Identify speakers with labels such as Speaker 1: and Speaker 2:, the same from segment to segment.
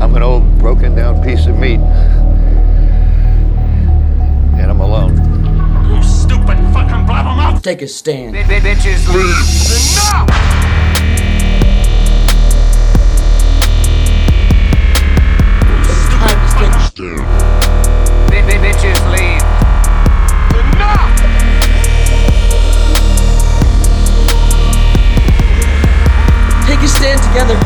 Speaker 1: I'm an old broken down piece of meat. And I'm alone.
Speaker 2: You stupid fucking blabbermouth!
Speaker 3: Take a stand.
Speaker 4: Bitches leave.
Speaker 2: Enough!
Speaker 4: Bitches leave.
Speaker 2: Enough!
Speaker 3: Take a stand together.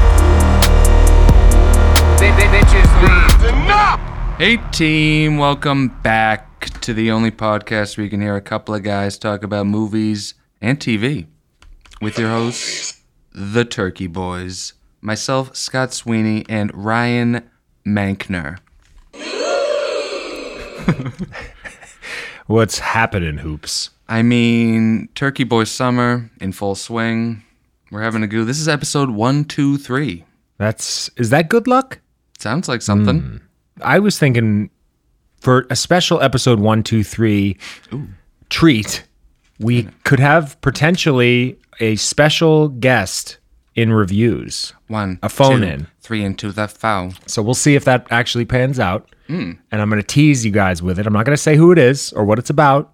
Speaker 4: Bitches leave.
Speaker 2: Enough!
Speaker 5: Hey, team, welcome back to the only podcast where you can hear a couple of guys talk about movies and TV with your hosts, the Turkey Boys, myself, Scott Sweeney, and Ryan Mankner.
Speaker 6: What's happening, hoops?
Speaker 5: I mean, Turkey Boy summer in full swing. We're having a goo. This is episode one, two, three.
Speaker 6: That's is that good luck?
Speaker 5: Sounds like something.
Speaker 6: Hmm. I was thinking for a special episode one, two, three treat, we could have potentially a special guest in reviews.
Speaker 5: One,
Speaker 6: A phone
Speaker 5: two,
Speaker 6: in.
Speaker 5: three, into the foul.
Speaker 6: So we'll see if that actually pans out. And I'm going to tease you guys with it. I'm not going to say who it is or what it's about,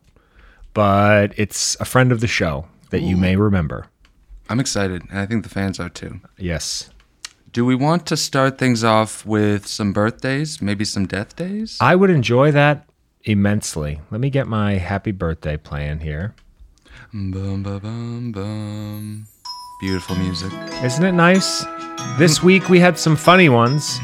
Speaker 6: but it's a friend of the show that you may remember.
Speaker 5: I'm excited, and I think the fans are too.
Speaker 6: Yes.
Speaker 5: Do we want to start things off with some birthdays, maybe some death days?
Speaker 6: I would enjoy that immensely. Let me get my happy birthday playing here.
Speaker 5: Um, Bum, bum, bum, bum. Beautiful music.
Speaker 6: Isn't it nice? This week we had some funny ones.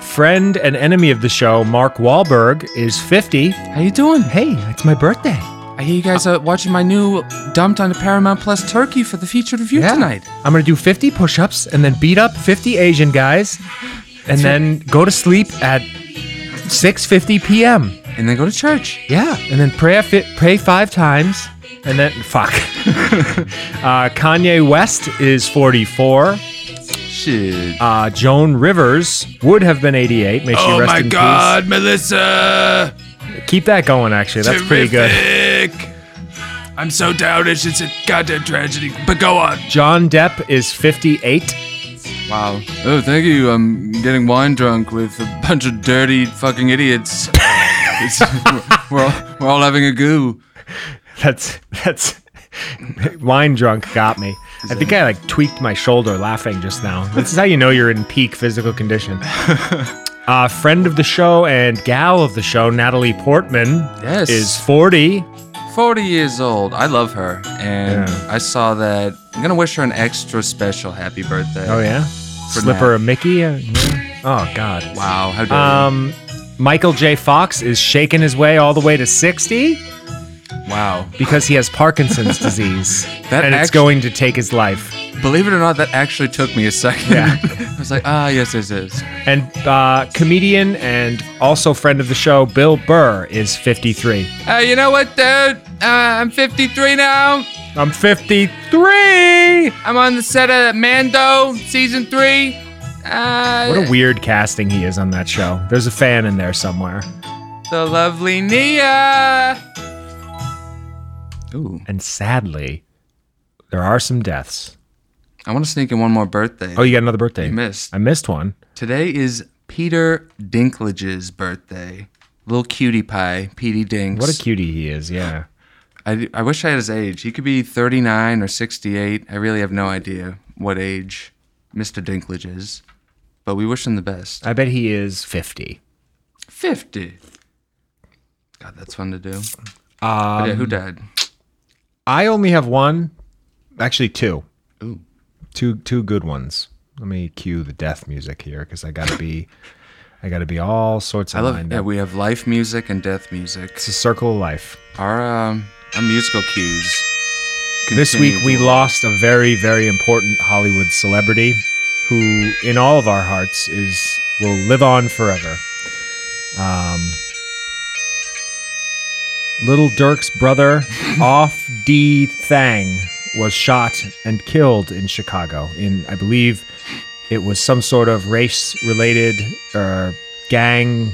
Speaker 6: Friend and enemy of the show, Mark Wahlberg, is 50.
Speaker 5: How you doing?
Speaker 6: Hey, it's my birthday.
Speaker 5: I hear you guys are watching my new dumped onto Paramount Plus Turkey for the featured review tonight.
Speaker 6: I'm going to do 50 push ups and then beat up 50 Asian guys and then go to sleep at 6.50 p.m.
Speaker 5: And then go to church.
Speaker 6: Yeah, and then pray, a fi- pray five times and then fuck. uh, Kanye West is 44.
Speaker 5: Shit.
Speaker 6: Uh, Joan Rivers would have been 88. May she
Speaker 5: Oh
Speaker 6: rest in peace.
Speaker 5: Melissa!
Speaker 6: Keep that going, actually. That's pretty good.
Speaker 5: good. I'm so down-ish. It's a goddamn tragedy. But go on.
Speaker 6: John Depp is 58.
Speaker 5: Wow. Oh, thank you. I'm getting wine drunk with a bunch of dirty fucking idiots. It's- we're, all, we're all having a goo.
Speaker 6: That's that's wine drunk got me. I think I like tweaked my shoulder laughing just now. This is how you know you're in peak physical condition. Uh, friend of the show and gal of the show, Natalie Portman,
Speaker 5: Yes.
Speaker 6: is 40.
Speaker 5: 40 years old. I love her. And
Speaker 6: Yeah.
Speaker 5: I saw that. I'm going to wish her an extra special happy birthday.
Speaker 6: Oh yeah, slip her a Mickey. uh, yeah. Oh God.
Speaker 5: Wow. How dare
Speaker 6: Um, Michael J. Fox is shaking his way all the way to 60.
Speaker 5: you. Wow.
Speaker 6: because he has Parkinson's disease,
Speaker 5: That
Speaker 6: and it's
Speaker 5: actu-
Speaker 6: going to take his life.
Speaker 5: Believe it or not, that actually took me a second.
Speaker 6: Yeah.
Speaker 5: I was like, ah, yes, yes, yes.
Speaker 6: And uh, comedian and also friend of the show, Bill Burr is 53.
Speaker 5: Uh, you know what, dude? Uh, I'm 53 now.
Speaker 6: I'm 53.
Speaker 5: I'm on the set of Mando season three. Uh,
Speaker 6: What a weird casting he is on that show. There's a fan in there somewhere.
Speaker 5: The lovely Nia. Ooh,
Speaker 6: And sadly, there are some deaths.
Speaker 5: I want to sneak in one more birthday.
Speaker 6: Oh, you got another birthday.
Speaker 5: You missed.
Speaker 6: I missed one.
Speaker 5: Today is Peter Dinklage's birthday. Little cutie pie, Petey Dinks.
Speaker 6: What a cutie he is. Yeah.
Speaker 5: I, I wish I had his age. He could be 39 or 68. I really have no idea what age Mr. Dinklage is, but we wish him the best.
Speaker 6: I bet he is 50.
Speaker 5: 50. God, that's fun to do. But
Speaker 6: Um,
Speaker 5: yeah, who died?
Speaker 6: I only have one, actually two.
Speaker 5: Ooh.
Speaker 6: Two two good ones. Let me cue the death music here because I gotta be, I gotta be all sorts of.
Speaker 5: I love
Speaker 6: lined
Speaker 5: Yeah,
Speaker 6: up.
Speaker 5: we have life music and death music.
Speaker 6: it's a circle of life.
Speaker 5: Our, um, our musical cues.
Speaker 6: This
Speaker 5: continue
Speaker 6: week we
Speaker 5: to-
Speaker 6: lost a very very important Hollywood celebrity, who in all of our hearts is will live on forever. Um, Little Dirk's brother, Off D Thang, was shot and killed in Chicago. In I believe it was some sort of race-related or gang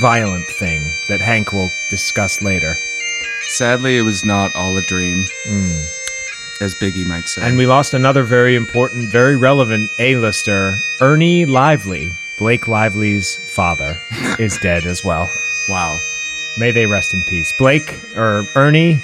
Speaker 6: violent thing that Hank will discuss later.
Speaker 5: Sadly, it was not all a dream,
Speaker 6: Hmm.
Speaker 5: as Biggie might say.
Speaker 6: And we lost another very important, very relevant A-lister, Ernie Lively, Blake Lively's father is dead as well.
Speaker 5: Wow.
Speaker 6: May they rest in peace. Blake or Ernie,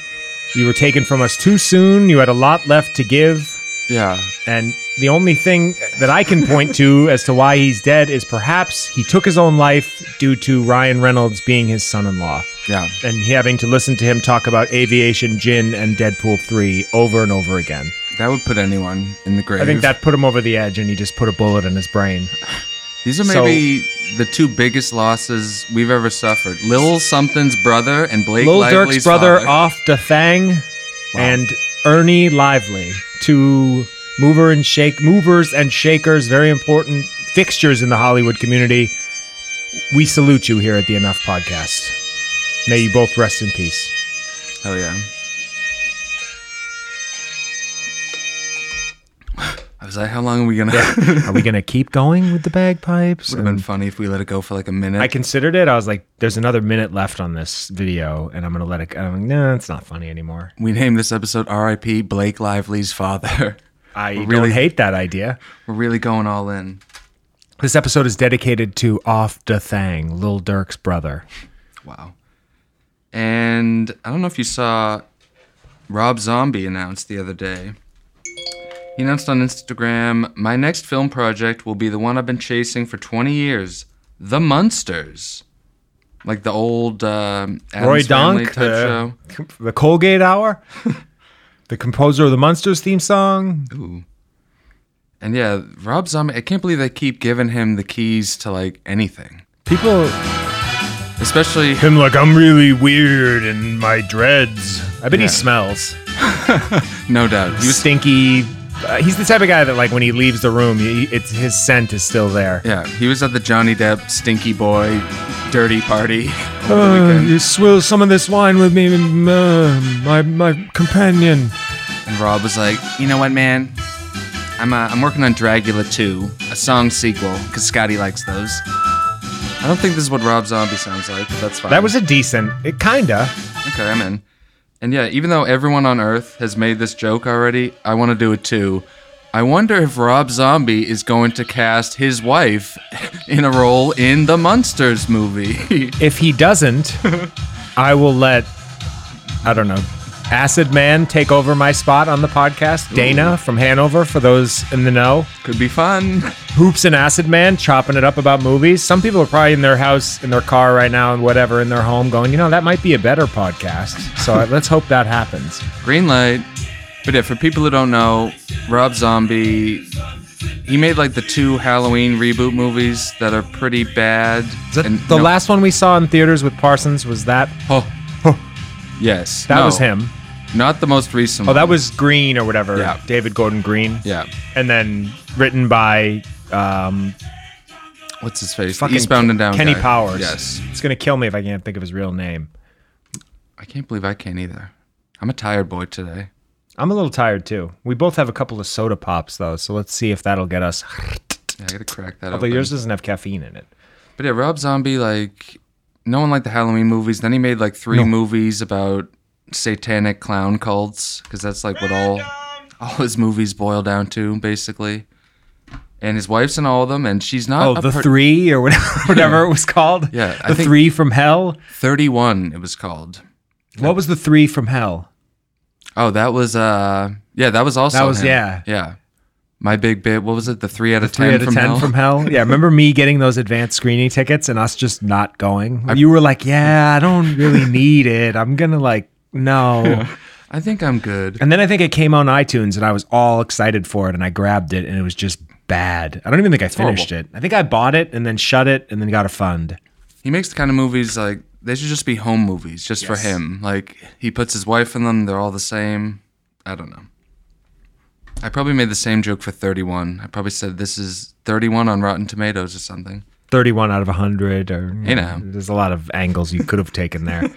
Speaker 6: you were taken from us too soon. You had a lot left to give.
Speaker 5: Yeah.
Speaker 6: And the only thing that I can point to as to why he's dead is perhaps he took his own life due to Ryan Reynolds being his son in law
Speaker 5: Yeah.
Speaker 6: and having to listen to him talk about aviation, gin, and Deadpool 3 over and over again.
Speaker 5: That would put anyone in the grave.
Speaker 6: I think that put him over the edge and he just put a bullet in his brain.
Speaker 5: These are
Speaker 6: So-
Speaker 5: maybe the two biggest losses we've ever suffered. Lil something's brother and Blake
Speaker 6: Lil
Speaker 5: Lively's
Speaker 6: Durk's brother
Speaker 5: father.
Speaker 6: off the Thang and Ernie Lively, two mover and shake movers and shakers, very important fixtures in the Hollywood community. We salute you here at the Enough Podcast. May you both rest in peace.
Speaker 5: Oh yeah. I was like, how long are we gonna?
Speaker 6: Are we gonna keep going with the bagpipes?
Speaker 5: Would have been funny if we let it go for like a minute.
Speaker 6: I considered it. I was like, "There's another minute left on this video, and I'm gonna let it." go." I'm like, "No, it's not funny anymore."
Speaker 5: we named this episode "R.I.P. Blake Lively's father."
Speaker 6: I
Speaker 5: Really?
Speaker 6: really hate that idea.
Speaker 5: We're really going all in.
Speaker 6: This episode is dedicated to Off the Thang, Lil Durk's brother.
Speaker 5: Wow. And I don't know if you saw Rob Zombie announced the other day. He announced on Instagram, "My next film project will be the one I've been chasing for 20 years, The Munsters." Like the old um, Addams
Speaker 6: Roy
Speaker 5: Family
Speaker 6: Donk,
Speaker 5: type show.
Speaker 6: the, the Colgate Hour, the composer of the Munsters theme song.
Speaker 5: And yeah, Rob Zombie, I can't believe they keep giving him the keys to like anything.
Speaker 6: People,
Speaker 5: Especially
Speaker 6: him like, I'm really weird and my dreads. I bet he smells
Speaker 5: no doubt. He was
Speaker 6: stinky. Uh, he's the type of guy that, like, when he leaves the room, he, it's his scent is still there.
Speaker 5: yeah, he was at the Johnny Depp stinky boy dirty party.
Speaker 6: Uh, you swill some of this wine with me, uh, my my companion.
Speaker 5: And Rob was like, you know what, man? I'm uh, I'm working on Dragula 2, a song sequel, because Scotty likes those. I don't think this is what Rob Zombie sounds like, but that's fine.
Speaker 6: That was a decent. It kinda.
Speaker 5: okay. I'm in. And yeah, even though everyone on Earth has made this joke already, I want to do it too. I wonder if Rob Zombie is going to cast his wife in a role in the Munsters movie.
Speaker 6: If he doesn't, I will let I don't know. Acid Man take over my spot on the podcast. Dana from Hanover for those in the know.
Speaker 5: Could be fun.
Speaker 6: Hoops and Acid Man chopping it up about movies. Some people are probably in their house, in their car right now, and whatever, in their home, going, you know, that might be a better podcast. So uh, let's hope that happens.
Speaker 5: Green light. But yeah, for people who don't know, Rob Zombie, he made like the two Halloween reboot movies that are pretty bad. And
Speaker 6: the
Speaker 5: no-
Speaker 6: last one we saw in theaters with Parsons was that.
Speaker 5: Oh. Yes.
Speaker 6: That
Speaker 5: No,
Speaker 6: was him.
Speaker 5: Not the most recent.
Speaker 6: Oh, that
Speaker 5: one.
Speaker 6: was Green or whatever.
Speaker 5: Yeah.
Speaker 6: David Gordon Green.
Speaker 5: Yeah.
Speaker 6: And then written by um,
Speaker 5: What's his face?
Speaker 6: fucking
Speaker 5: Eastbound and Down.
Speaker 6: Kenny
Speaker 5: guy.
Speaker 6: Powers.
Speaker 5: Yes.
Speaker 6: It's gonna kill me if I can't think of his real name.
Speaker 5: I can't believe I can't either. I'm a tired boy today.
Speaker 6: I'm a little tired too. We both have a couple of soda pops though, so let's see if that'll get us.
Speaker 5: Yeah, I gotta crack that.
Speaker 6: Although
Speaker 5: open.
Speaker 6: yours doesn't have caffeine in it.
Speaker 5: But yeah, Rob Zombie, like, no one liked the Halloween movies. Then he made like three movies about satanic clown cults because that's like what all all his movies boil down to, basically. And his wife's in all of them, and she's not.
Speaker 6: Oh,
Speaker 5: a
Speaker 6: the
Speaker 5: per-
Speaker 6: three or whatever, whatever it was called.
Speaker 5: Yeah, I
Speaker 6: the
Speaker 5: think-
Speaker 6: three from hell.
Speaker 5: thirty-one. It was called.
Speaker 6: What was the three from hell?
Speaker 5: Oh, that was uh, yeah, that was also
Speaker 6: That was-
Speaker 5: him.
Speaker 6: yeah.
Speaker 5: yeah. My big bit. What was it? The three out of ten
Speaker 6: Three out of
Speaker 5: from
Speaker 6: ten
Speaker 5: hell.
Speaker 6: from hell. Yeah, remember me getting those advanced screening tickets and us just not going. you were like, "Yeah, I don't really need it. I'm gonna like, no."
Speaker 5: I think I'm good.
Speaker 6: And then I think it came on iTunes and I was all excited for it and I grabbed it and it was just bad. I don't even think I finished it. I think I bought it and then shut it and then got a fund.
Speaker 5: He makes the kind of movies like they should just be home movies just for him. Like he puts his wife in them, they're all the same. I don't know. I probably made the same joke for 31. I probably said this is 31 on Rotten Tomatoes or something.
Speaker 6: 31 out of 100 or
Speaker 5: You know.
Speaker 6: There's a lot of angles you could have taken there.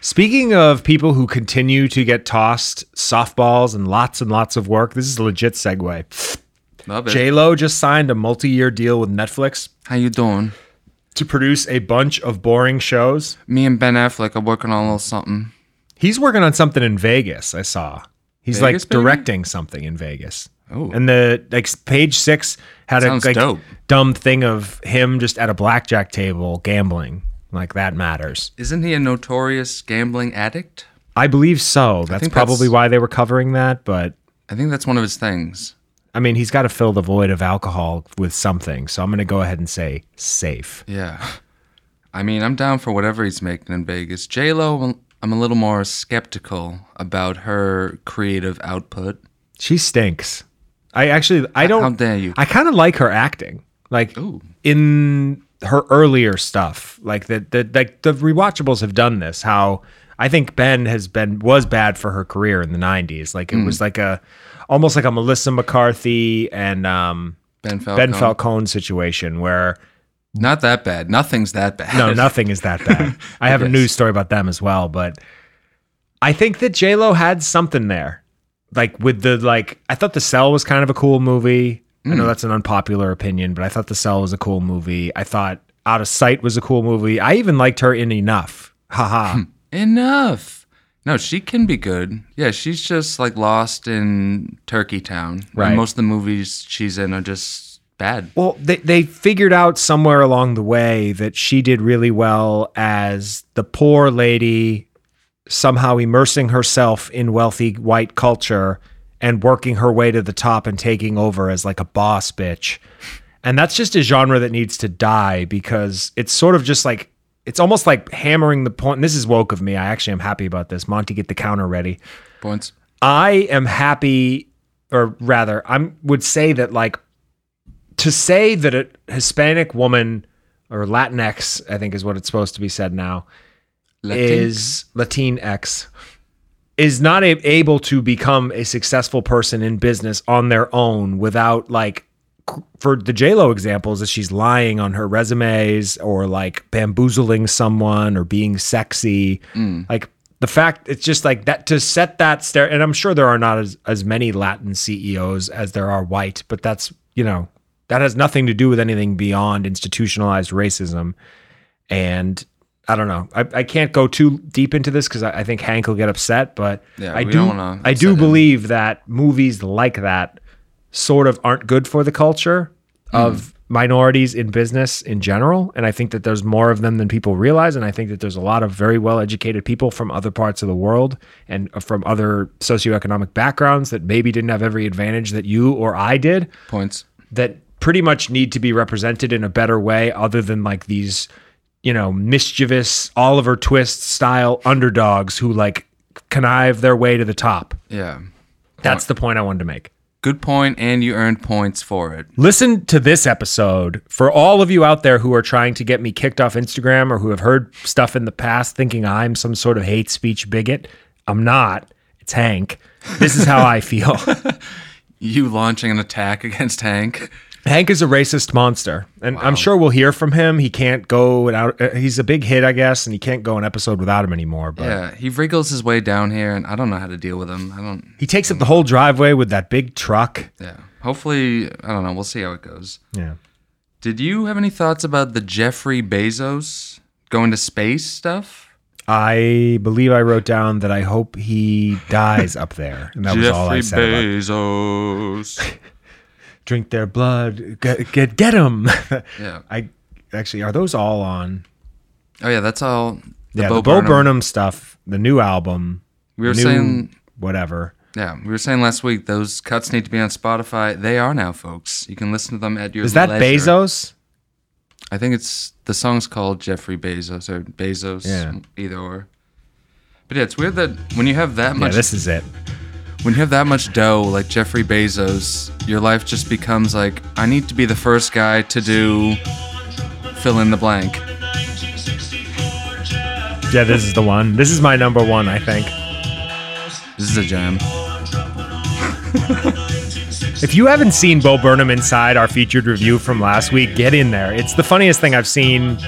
Speaker 6: Speaking of people who continue to get tossed softballs and lots and lots of work, this is a legit segue.
Speaker 5: Love it.
Speaker 6: J-Lo just signed a multi-year deal with Netflix
Speaker 5: How you doing?
Speaker 6: to produce a bunch of boring shows.
Speaker 5: Me and Ben Affleck are working on a little something.
Speaker 6: He's working on something in Vegas, I saw. He's
Speaker 5: Vegas,
Speaker 6: like
Speaker 5: baby?
Speaker 6: directing something in Vegas.
Speaker 5: Oh.
Speaker 6: And the like s- page six had
Speaker 5: Sounds
Speaker 6: a like,
Speaker 5: dope.
Speaker 6: dumb thing of him just at a blackjack table gambling. Like that matters.
Speaker 5: Isn't he a notorious gambling addict?
Speaker 6: I believe so. That's
Speaker 5: think
Speaker 6: probably
Speaker 5: that's-
Speaker 6: why they were covering that, but
Speaker 5: I think that's one of his things.
Speaker 6: I mean, he's got to fill the void of alcohol with something. So I'm going to go ahead and say safe.
Speaker 5: Yeah. I mean, I'm down for whatever he's making in Vegas. J Lo, I'm a little more skeptical about her creative output.
Speaker 6: She stinks. I actually, I don't.
Speaker 5: How dare you.
Speaker 6: I kind of like her acting, like
Speaker 5: Ooh.
Speaker 6: in her earlier stuff. Like the the like the rewatchables have done this. How I think Ben has been was bad for her career in the '90s. Like it
Speaker 5: Hmm.
Speaker 6: was like a almost like a Melissa McCarthy and um,
Speaker 5: Ben Falcone.
Speaker 6: Ben Falcone situation where
Speaker 5: Not that bad. Nothing's that bad.
Speaker 6: No, nothing is that bad. I have a
Speaker 5: Yes.
Speaker 6: news story about them as well, but I think that J Lo had something there, like with the like. I thought the Cell was kind of a cool movie. I
Speaker 5: Mm.
Speaker 6: know that's an unpopular opinion, but I thought the Cell was a cool movie. I thought Out of Sight was a cool movie. I even liked her in Enough.
Speaker 5: Hmm.
Speaker 6: Haha.
Speaker 5: Enough. No, she can be good. Yeah, she's just like lost in Turkey Town. And
Speaker 6: Right.
Speaker 5: most of the movies she's in are just bad.
Speaker 6: Well, they, they figured out somewhere along the way that she did really well as the poor lady somehow immersing herself in wealthy white culture and working her way to the top and taking over as like a boss bitch. And that's just a genre that needs to die because it's sort of just like it's almost like hammering the point. And this is woke of me. I actually am happy about this. Monty, get the counter ready.
Speaker 5: Points.
Speaker 6: I am happy, or rather, I would say that like to say that a Hispanic woman or Latinx, I think is what it's supposed to be said now, is Latinx is not a- able to become a successful person in business on their own without like c- for the JLo examples that she's lying on her resumes or like bamboozling someone or being sexy.
Speaker 5: Mm.
Speaker 6: Like the fact it's just like that to set that stare and I'm sure there are not as, as many Latin CEOs as there are white, but that's you know, that has nothing to do with anything beyond institutionalized racism and I don't know. I, I can't go too deep into this because I, I think Hank will get upset. But
Speaker 5: Yeah,
Speaker 6: I
Speaker 5: we
Speaker 6: do
Speaker 5: don't wanna
Speaker 6: I
Speaker 5: upset
Speaker 6: do
Speaker 5: him.
Speaker 6: believe that movies like that sort of aren't good for the culture of minorities in business in general. And I think that there's more of them than people realize. And I think that there's a lot of very well educated people from other parts of the world and uh, from other socioeconomic backgrounds that maybe didn't have every advantage that you or I did
Speaker 5: Points.
Speaker 6: that pretty much need to be represented in a better way other than like these you know mischievous oliver twist style underdogs who like connive their way to the top
Speaker 5: Yeah.
Speaker 6: that's the point i wanted to make
Speaker 5: Good point, and you earned points for it.
Speaker 6: listen to this episode for all of you out there who are trying to get me kicked off instagram or who have heard stuff in the past thinking i'm some sort of hate speech bigot i'm not it's hank this is how i feel
Speaker 5: You launching an attack against Hank.
Speaker 6: Hank is a racist monster, and I'm sure we'll hear from him. He can't go without. uh, He's a big hit, I guess, and he can't go an episode without him anymore. But
Speaker 5: Yeah, he wriggles his way down here, and I don't know how to deal with him. I don't.
Speaker 6: he takes up the whole driveway with that big truck.
Speaker 5: Yeah. Hopefully, I don't know. We'll see how it goes.
Speaker 6: Yeah,
Speaker 5: Did you have any thoughts about the Jeffrey Bezos going to space stuff?
Speaker 6: I believe I wrote down that I hope he dies up there, and that was all I said. about-
Speaker 5: Bezos.
Speaker 6: Drink their blood, get get, get him.
Speaker 5: yeah.
Speaker 6: I actually are those all on?
Speaker 5: Oh yeah, that's all. The
Speaker 6: yeah, the Bo Burnham. stuff, the new album.
Speaker 5: We were
Speaker 6: new
Speaker 5: saying,
Speaker 6: whatever.
Speaker 5: yeah, we were saying last week those cuts need to be on Spotify. They are now, folks. You can listen to them at your.
Speaker 6: Is that
Speaker 5: leisure.
Speaker 6: Bezos?
Speaker 5: I think it's the song's called Jeffrey Bezos or Bezos,
Speaker 6: Yeah.
Speaker 5: either or. But yeah, it's weird that when you have that
Speaker 6: Yeah,
Speaker 5: much
Speaker 6: this is it.
Speaker 5: when you have that much dough like Jeffrey Bezos, your life just becomes like I need to be the first guy to do fill in the blank.
Speaker 6: Yeah, this is the one. This is my number one, I think.
Speaker 5: This is a jam.
Speaker 6: If you haven't seen Bo Burnham Inside, our featured review from last week, get in there. It's the funniest thing I've seen.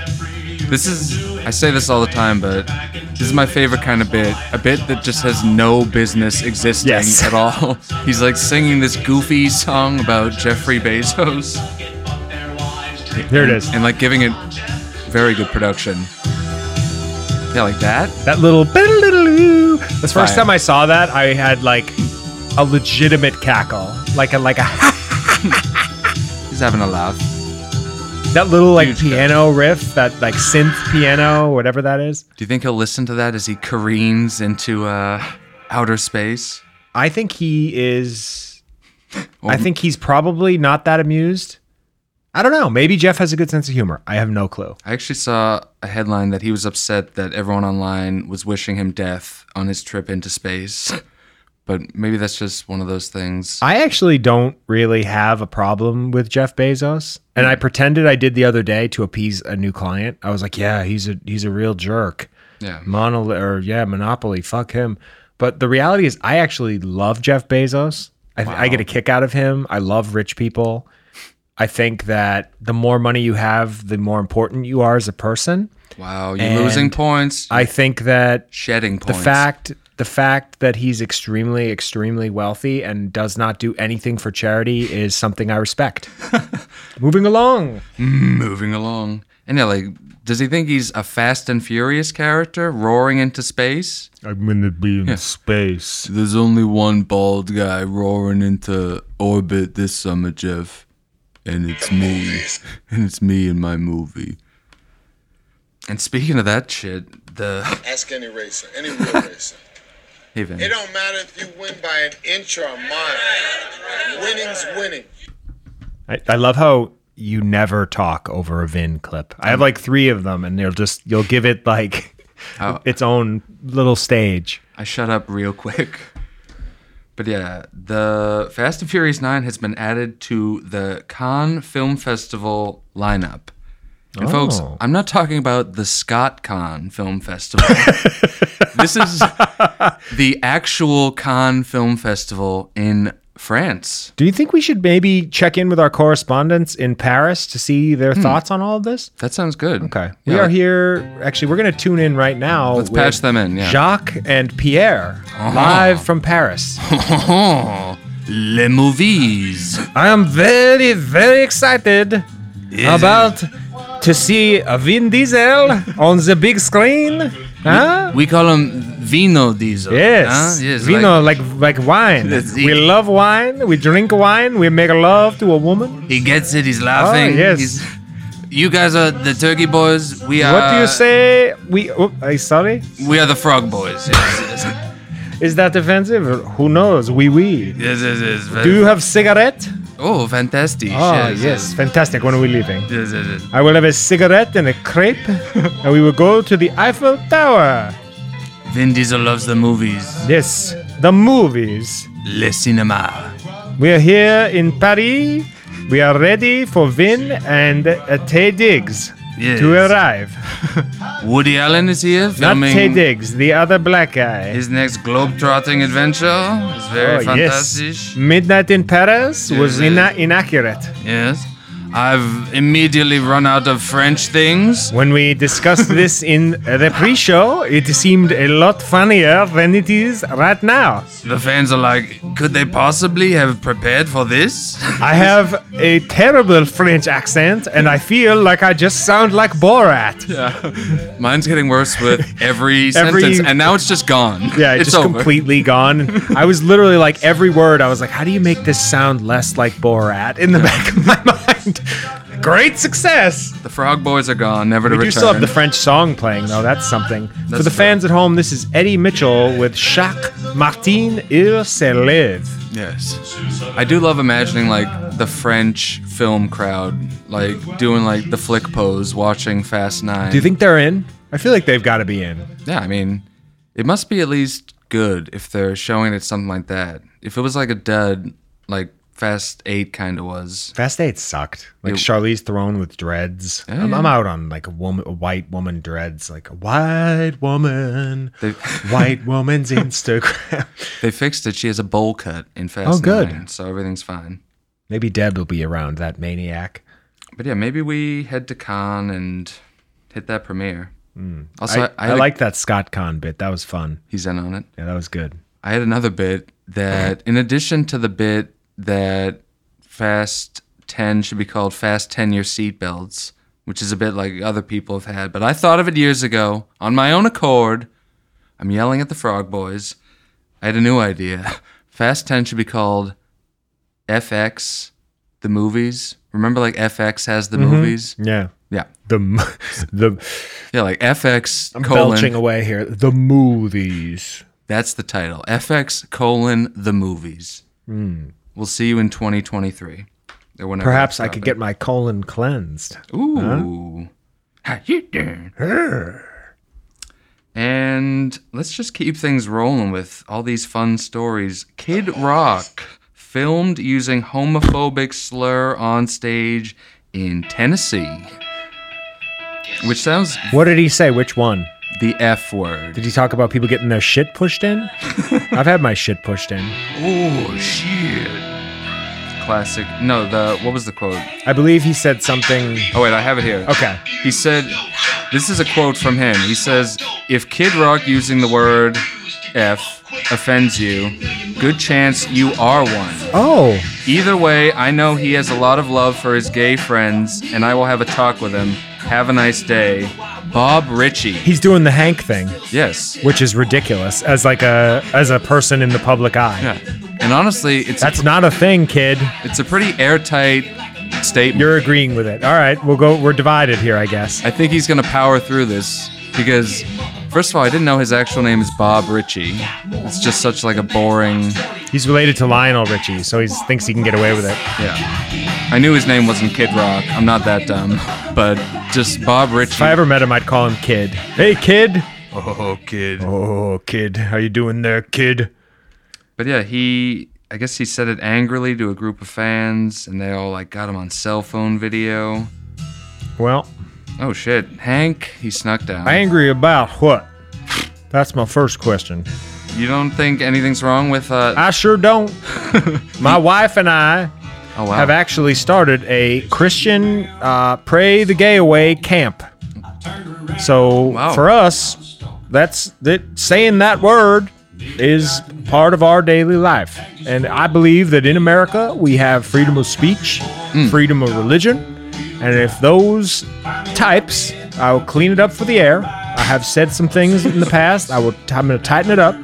Speaker 5: This is I say this all the time, but this is my favorite kind of bit. A bit that just has no business existing
Speaker 6: Yes.
Speaker 5: at all. He's like singing this goofy song about Jeffrey Bezos.
Speaker 6: There it is.
Speaker 5: and like giving it very good production. Yeah, like that.
Speaker 6: That little. The first
Speaker 5: Fire.
Speaker 6: time I saw that, I had like a legitimate cackle. like a like a
Speaker 5: He's having a laugh.
Speaker 6: that little like
Speaker 5: Huge
Speaker 6: piano riff, that like synth piano, whatever that is.
Speaker 5: Do you think he'll listen to that as he careens into uh, outer space?
Speaker 6: I think he is.
Speaker 5: Well,
Speaker 6: I think he's probably not that amused. I don't know. Maybe Jeff has a good sense of humor. I have no clue.
Speaker 5: I actually saw a headline that he was upset that everyone online was wishing him death on his trip into space. But maybe that's just one of those things.
Speaker 6: I actually don't really have a problem with Jeff Bezos, and I pretended I did the other day to appease a new client. I was like, "Yeah, he's a he's a real jerk."
Speaker 5: Yeah.
Speaker 6: Mono or yeah, monopoly. Fuck him. But the reality is, I actually love Jeff Bezos. I, I get a kick out of him. I love rich people. I think that the more money you have, the more important you are as a person.
Speaker 5: Wow, you're losing
Speaker 6: And
Speaker 5: points.
Speaker 6: I think that
Speaker 5: shedding
Speaker 6: the
Speaker 5: points.
Speaker 6: fact the fact that he's extremely extremely wealthy and does not do anything for charity is something I respect. Moving along.
Speaker 5: Moving along. And yeah, like, does he think he's a Fast and Furious character roaring into space?
Speaker 6: I'm going to be in space.
Speaker 5: There's only one bald guy roaring into orbit this summer, Jeff. And it's me. And it's me in my movie. And speaking of that shit, the.
Speaker 7: Ask any racer, any real racer.
Speaker 5: Hey, Vin.
Speaker 7: It don't matter if you win by an inch or a mile. Winning's winning.
Speaker 6: I, I love how you never talk over a Vin clip. I have like 3 of them and they'll just you'll give it like
Speaker 5: Oh.
Speaker 6: its own little stage.
Speaker 5: I shut up real quick. But yeah, the Fast and Furious 9 has been added to the Cannes Film Festival lineup. And folks,
Speaker 6: Oh.
Speaker 5: I'm not talking about the Scott Cannes Film Festival. this is the actual Cannes Film Festival in France.
Speaker 6: Do you think we should maybe check in with our correspondents in Paris to see their thoughts on all of this?
Speaker 5: That sounds good.
Speaker 6: Okay.
Speaker 5: Hmm. Yeah,
Speaker 6: we are
Speaker 5: like-
Speaker 6: here. Actually, we're going to tune in right now.
Speaker 5: Let's
Speaker 6: with
Speaker 5: patch them in, yeah. Uh-huh.
Speaker 6: Jacques and Pierre, live from Paris.
Speaker 5: Oh, les movies.
Speaker 6: I am very, very excited about to see a Vin Diesel on the big screen. Huh?
Speaker 5: We call them Vino Diesel.
Speaker 6: Yes.
Speaker 5: huh? yes
Speaker 6: Vino, like, like wine.
Speaker 5: Let's
Speaker 6: We
Speaker 5: eat.
Speaker 6: love wine. We drink wine. We make love to a woman.
Speaker 5: He gets it. He's laughing.
Speaker 6: Oh, yes.
Speaker 5: He's- you guys are the turkey boys. We are.
Speaker 6: what do you say? We. Oh, I sorry.
Speaker 5: We are the frog boys. Yes, yes,
Speaker 6: Is that offensive? Who knows? We oui, we.
Speaker 5: yes, yes, yes.
Speaker 6: Do you have cigarette?
Speaker 5: Oh, fantastic.
Speaker 6: Oh yes, fantastic. When are we leaving?
Speaker 5: Yes, yes, yes.
Speaker 6: I will have a cigarette and a crepe, and we will go to the Eiffel Tower.
Speaker 5: Vin Diesel loves the movies.
Speaker 6: Yes, the movies.
Speaker 5: Le cinéma.
Speaker 6: We are here in Paris. We are ready for Vin and uh, Tay Diggs
Speaker 5: Yes.
Speaker 6: to arrive.
Speaker 5: Woody Allen is here
Speaker 6: Not Tay
Speaker 5: filming
Speaker 6: Diggs, the other black guy.
Speaker 5: his next globe-trotting adventure. It's very
Speaker 6: Oh,
Speaker 5: fantastic.
Speaker 6: yes. Midnight in Paris was
Speaker 5: Yes.
Speaker 6: ina- inaccurate.
Speaker 5: yes. I've immediately run out of French things.
Speaker 6: When we discussed this in the pre-show, it seemed a lot funnier than it is right now.
Speaker 5: The fans are like, could they possibly have prepared for this?
Speaker 6: I have a terrible French accent, and I feel like I just sound like Borat. Yeah,
Speaker 5: Mine's getting worse with every,
Speaker 6: Every-
Speaker 5: sentence, and now it's just gone.
Speaker 6: it's
Speaker 5: it's
Speaker 6: just completely gone. I was literally like every word. I was like, how do you make this sound less like Borat in the back of my mind? Great success.
Speaker 5: The Frog Boys are gone, never to
Speaker 6: We
Speaker 5: return.
Speaker 6: do still have the French song playing, though. That's something. For
Speaker 5: That's
Speaker 6: the
Speaker 5: fair.
Speaker 6: fans at home, this is Eddie Mitchell with Jacques Martin Il Se Lève.
Speaker 5: yes, I do love imagining like the French film crowd, like doing like the flick pose, watching Fast Nine.
Speaker 6: Do you think they're in? I feel like they've got to be in.
Speaker 5: Yeah, I mean, it must be at least good if they're showing it something like that. If it was like a dud, like Fast Eight kind of was.
Speaker 6: Fast Eight sucked. Like
Speaker 5: It-
Speaker 6: Charlize Theron with dreads. I'm, I'm out on like a woman, a white woman dreads. Like a white woman,
Speaker 5: They,
Speaker 6: white woman's Instagram.
Speaker 5: they fixed it. She has a bowl cut in Fast
Speaker 6: Oh, good.
Speaker 5: Nine, so everything's fine.
Speaker 6: Maybe Deb will be around that maniac.
Speaker 5: But yeah, maybe we head to Cannes and hit that premiere. Also, I,
Speaker 6: Hmm. I, I,
Speaker 5: had a-
Speaker 6: like that Scott Con bit. That was fun.
Speaker 5: he's in on it.
Speaker 6: Yeah, that was good.
Speaker 5: I had another bit that, in addition to the bit that Fast Ten should be called Fast Ten Your Seatbelts, which is a bit like other people have had, but I thought of it years ago on my own accord. I'm yelling at the Frog Boys. I had a new idea. Fast Ten should be called FX, the movies. Remember, like FX has
Speaker 6: Mm-hmm.
Speaker 5: the movies.
Speaker 6: Yeah.
Speaker 5: Yeah,
Speaker 6: The m- the
Speaker 5: yeah, like FX
Speaker 6: I'm
Speaker 5: colon.
Speaker 6: belching away here. The movies.
Speaker 5: That's the title. FX colon the movies. We'll see you in 2023. Or whenever
Speaker 6: Hmm. Perhaps
Speaker 5: it's
Speaker 6: I could
Speaker 5: dropping.
Speaker 6: get my colon cleansed.
Speaker 5: Ooh. How you doing? And let's just keep things rolling with all these fun stories. Kid Rock filmed using homophobic slur on stage in Tennessee. Which sounds
Speaker 6: What did he say? Which one?
Speaker 5: the F word.
Speaker 6: Did he talk about people getting their shit pushed in? I've had my shit pushed in.
Speaker 5: Oh shit. Classic. No, the what was the quote?
Speaker 6: I believe he said something.
Speaker 5: Oh wait, I have it here.
Speaker 6: Okay.
Speaker 5: He said, this is a quote from him. He says, if Kid Rock using the word F offends you, good chance you are one.
Speaker 6: Oh,
Speaker 5: Either way, I know he has a lot of love for his gay friends, and I will have a talk with him. Have a nice day. Bob Ritchie.
Speaker 6: he's doing the Hank thing,
Speaker 5: Yes.
Speaker 6: which is ridiculous as like a as a person in the public eye.
Speaker 5: Yeah. And honestly, it's
Speaker 6: That's not a thing, kid.
Speaker 5: it's a pretty airtight statement.
Speaker 6: You're agreeing with it. All right, we'll go. We're divided here, I guess.
Speaker 5: I think he's gonna power through this because, first of all, I didn't know his actual name is Bob Ritchie. It's just such like a boring.
Speaker 6: He's related to Lionel Richie, so he thinks he can get away with it.
Speaker 5: Yeah. I knew his name wasn't Kid Rock. I'm not that dumb. But just Bob Ritchie.
Speaker 6: If I ever met him, I'd call him Kid. Hey, Kid.
Speaker 5: Oh, kid.
Speaker 6: Oh, Kid, how you doing there, Kid?
Speaker 5: But yeah, he. I guess he said it angrily to a group of fans, and they all like got him on cell phone video.
Speaker 6: Well,
Speaker 5: Oh shit, Hank, he snuck down.
Speaker 6: angry about what? That's my first question.
Speaker 5: You don't think anything's wrong with uh?
Speaker 6: I sure don't. my wife and I
Speaker 5: Oh wow.
Speaker 6: have actually started a Christian uh, pray the gay away camp. So
Speaker 5: Wow.
Speaker 6: for us, that's that saying that word is part of our daily life. And I believe that in America we have freedom of speech, freedom of religion, and if those types, I will clean it up for the air. I have said some things in the past. I will. I'm going to tighten it up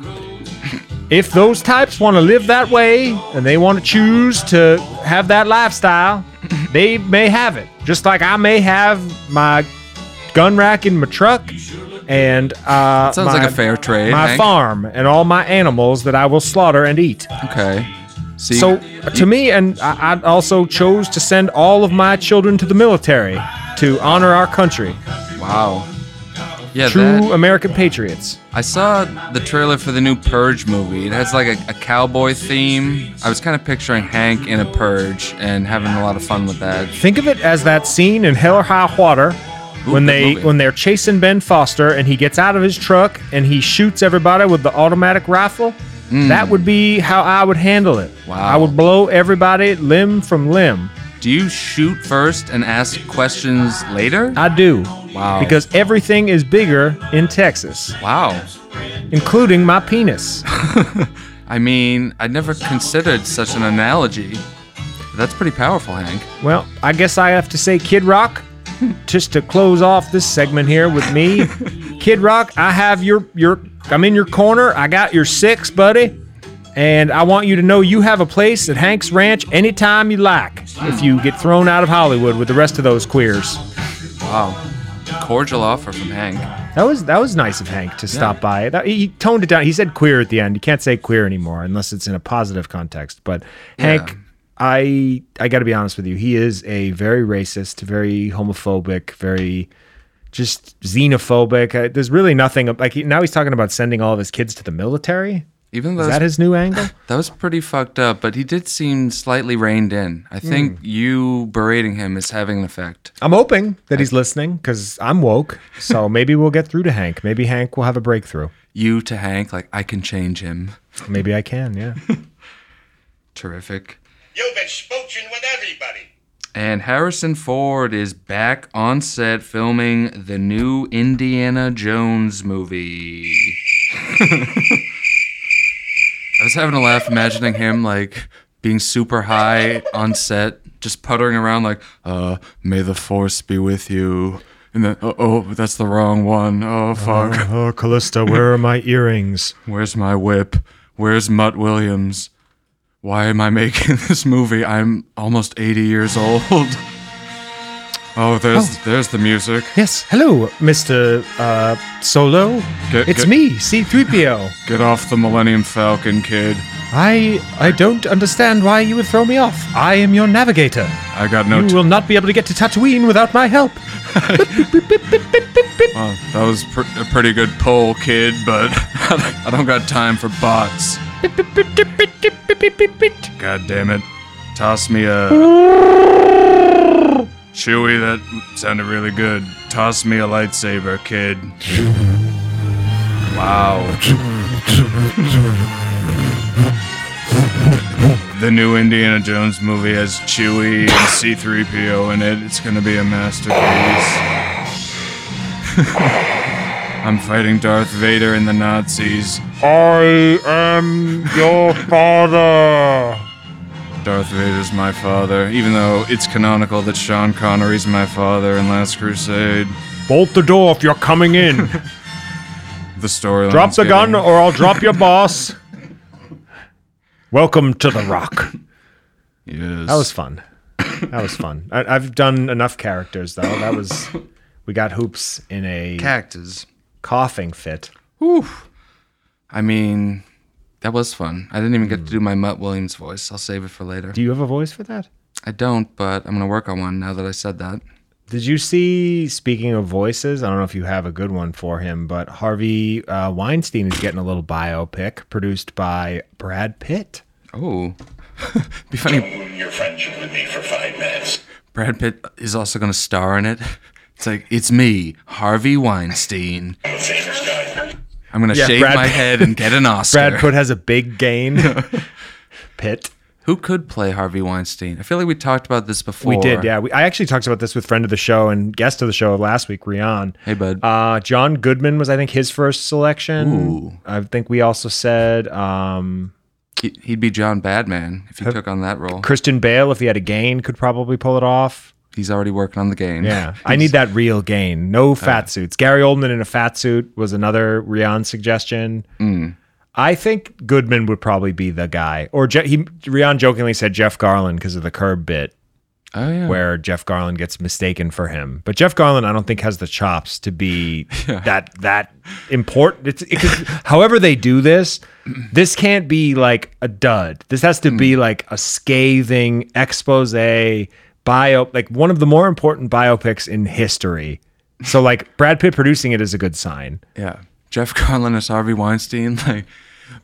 Speaker 6: if those types want to live that way and they want to choose to have that lifestyle, they may have it. Just like I may have my gun rack in my truck and uh,
Speaker 5: Sounds
Speaker 6: my,
Speaker 5: like a fair trade.
Speaker 6: my
Speaker 5: Hank.
Speaker 6: farm and all my animals that I will slaughter and eat.
Speaker 5: Okay. See,
Speaker 6: So to me, and I, I also chose to send all of my children to the military to honor our country,
Speaker 5: wow. Yeah,
Speaker 6: true
Speaker 5: that,
Speaker 6: American patriots.
Speaker 5: I saw the trailer for the new Purge movie. It has like a, a cowboy theme. I was kind of picturing Hank in a purge and having a lot of fun with that.
Speaker 6: Think of it as that scene in Hell or High Water when
Speaker 5: good
Speaker 6: they
Speaker 5: movie.
Speaker 6: when they're chasing Ben Foster and he gets out of his truck and he shoots everybody with the automatic rifle. That would be how I would handle it.
Speaker 5: Mm. Wow.
Speaker 6: I would blow everybody limb from limb.
Speaker 5: Do you shoot first and ask questions later?
Speaker 6: I do.
Speaker 5: Wow.
Speaker 6: Because everything is bigger in Texas,
Speaker 5: Wow.
Speaker 6: including my penis.
Speaker 5: I mean, I never considered such an analogy. That's pretty powerful, Hank.
Speaker 6: Well, I guess I have to say Kid Rock, just to close off this segment here with me. Kid Rock, I have your your I'm in your corner. I got your six, buddy. And I want you to know you have a place at Hank's Ranch anytime you like if you get thrown out of Hollywood with the rest of those queers.
Speaker 5: Wow. Cordial offer from Hank.
Speaker 6: That was that was nice of Hank to stop by. That, he toned it down. He said queer at the end. You can't say queer anymore unless it's in a positive context. But Hank, I I got to be honest with you. He is a very racist, very homophobic, very just xenophobic. Uh, there's really nothing like he, now he's talking about sending all of his kids to the military.
Speaker 5: Even though
Speaker 6: Is that
Speaker 5: that,
Speaker 6: his new angle?
Speaker 5: that was pretty fucked up, but he did seem slightly reined in. I think
Speaker 6: Hmm.
Speaker 5: you berating him is having an effect.
Speaker 6: I'm hoping that he's listening because I'm woke. So maybe we'll get through to Hank. Maybe Hank will have a breakthrough.
Speaker 5: You to Hank, like, I can change him.
Speaker 6: Maybe I can. Yeah.
Speaker 5: Terrific.
Speaker 7: You've been spooching with everybody.
Speaker 5: And Harrison Ford is back on set filming the new Indiana Jones movie. I was having a laugh imagining him like being super high on set, just puttering around like, uh, may the force be with you. And then, oh, oh that's the wrong one. Oh, fuck.
Speaker 6: Oh, Callista, where are my earrings?
Speaker 5: Where's my whip? Where's Mutt Williams? Why am I making this movie? I'm almost 80 years old. Oh, there's there's the music.
Speaker 6: Yes. Hello, Mr. Uh, Solo.
Speaker 5: Get-
Speaker 6: it's
Speaker 5: get-
Speaker 6: me, C3PO.
Speaker 5: Get off the Millennium Falcon, kid.
Speaker 6: I I don't understand why you would throw me off. I am your navigator.
Speaker 5: I got no.
Speaker 6: You
Speaker 5: T-
Speaker 6: will not be able to get to Tatooine without my help.
Speaker 5: Wow, oh, that was pr- a pretty good pull, kid. But I don't got time for bots. God damn it! Toss me a Chewie. That sounded really good. Toss me a lightsaber, kid. Wow. The new Indiana Jones movie has Chewie and C3PO in it. It's gonna be a masterpiece. I'm fighting Darth Vader and the Nazis.
Speaker 6: I am your father.
Speaker 5: Darth Vader's my father, even though it's canonical that Sean Connery's my father in Last Crusade.
Speaker 6: Bolt the door if you're coming in.
Speaker 5: The storyline.
Speaker 6: drop the gun or I'll drop your boss. Welcome to the Rock.
Speaker 5: Yes.
Speaker 6: That was fun. That was fun. I, I've done enough characters though. That was. We got hoops in a
Speaker 5: cactus.
Speaker 6: coughing fit.
Speaker 5: Whew. I mean, that was fun. I didn't even get to do my Mutt Williams voice. I'll save it for later.
Speaker 6: Do you have a voice for that?
Speaker 5: I don't, but I'm gonna work on one now that I said that.
Speaker 6: Did you see? Speaking of voices, I don't know if you have a good one for him, but Harvey uh, Weinstein is getting a little biopic produced by Brad Pitt.
Speaker 5: Oh, be funny.
Speaker 8: your friendship with me for five minutes.
Speaker 5: Brad Pitt is also gonna star in it. It's like it's me, Harvey Weinstein.
Speaker 8: I'm a famous guy.
Speaker 5: I'm gonna
Speaker 6: Yeah,
Speaker 5: shave
Speaker 6: Brad
Speaker 5: my
Speaker 6: Pitt.
Speaker 5: head and get an Oscar.
Speaker 6: Brad Pitt has a big gain. Pitt.
Speaker 5: Who could play Harvey Weinstein? I feel like we talked about this before.
Speaker 6: We did, yeah. We, I actually talked about this with friend of the show and guest of the show last week, Rian.
Speaker 5: Hey, bud.
Speaker 6: Uh, John Goodman was, I think, his first selection.
Speaker 5: Ooh.
Speaker 6: I think we also said um,
Speaker 5: He- He'd be John Badman
Speaker 6: Uh,
Speaker 5: if he took on that role.
Speaker 6: Christian Bale, if he had a gain, could probably pull it off.
Speaker 5: He's already working on the game.
Speaker 6: Yeah, I need that real gain. No fat suits. Gary Oldman in a fat suit was another Rian suggestion. I think Goodman would probably be the guy. Or Je- he Rian jokingly said Jeff Garland because of the curb bit
Speaker 5: Oh yeah.
Speaker 6: where Jeff Garland gets mistaken for him. But Jeff Garland, I don't think has the chops to be that that important. It's it could, however they do this. This can't be like a dud. This has to be like a scathing expose bio, like one of the more important biopics in history. So like Brad Pitt producing it is a good sign.
Speaker 5: Yeah. Jeff Garlin as Harvey Weinstein. Like,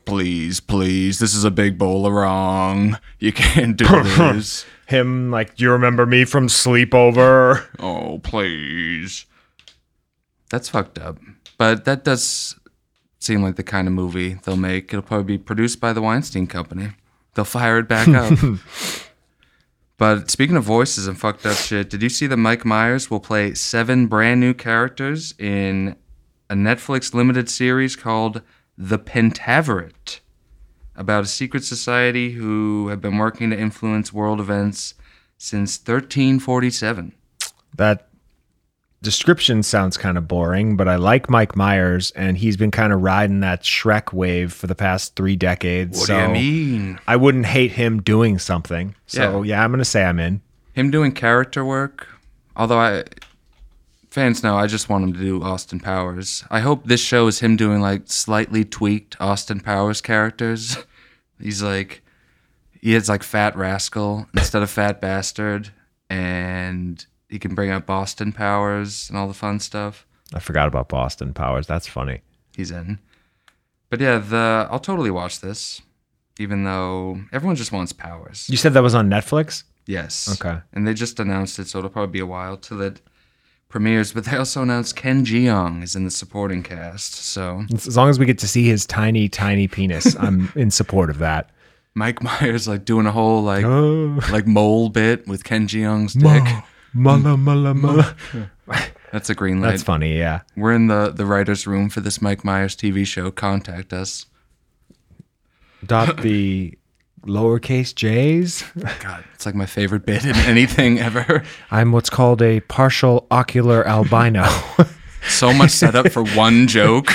Speaker 5: please, please, this is a big bowl of wrong. You can't do this.
Speaker 6: Him like, do you remember me from Sleepover?
Speaker 5: Oh, please. That's fucked up. But that does seem like the kind of movie they'll make. It'll probably be produced by the Weinstein Company. They'll fire it back up. but speaking of voices and fucked up shit, did you see that Mike Myers will play seven brand new characters in a Netflix limited series called The Pentaveret? About a secret society who have been working to influence world events since 1347.
Speaker 6: that description sounds kind of boring, but I like Mike Myers, and he's been kind of riding that Shrek wave for the past three decades.
Speaker 5: What
Speaker 6: so
Speaker 5: do you mean?
Speaker 6: I wouldn't hate him doing something. So yeah, I'm gonna say I'm in.
Speaker 5: Him doing character work? Although I fans know I just want him to do Austin Powers. I hope this show is him doing like slightly tweaked Austin Powers characters. He's like he is like fat rascal instead of fat bastard and he can bring up Austin Powers and all the fun stuff.
Speaker 6: I forgot about Boston Powers. That's funny.
Speaker 5: he's in. But yeah, the I'll totally watch this, even though everyone just wants powers.
Speaker 6: You said that was on Netflix.
Speaker 5: Yes.
Speaker 6: Okay.
Speaker 5: And they just announced it, so it'll probably be a while till it premieres. But they also announced Ken Jeong is in the supporting cast. So
Speaker 6: As long as we get to see his tiny, tiny penis, I'm in support of that.
Speaker 5: Mike Myers like doing a whole like
Speaker 6: Oh,
Speaker 5: like mole bit with Ken Jeong's dick.
Speaker 6: mala, mala, mala.
Speaker 5: That's a green light.
Speaker 6: That's funny. Yeah.
Speaker 5: We're in the the writers' room for this Mike Myers TV show. Contact us.
Speaker 6: Dot the lowercase j's.
Speaker 5: God, it's like my favorite bit in anything ever.
Speaker 6: I'm what's called a partial ocular albino.
Speaker 5: So much setup for one joke.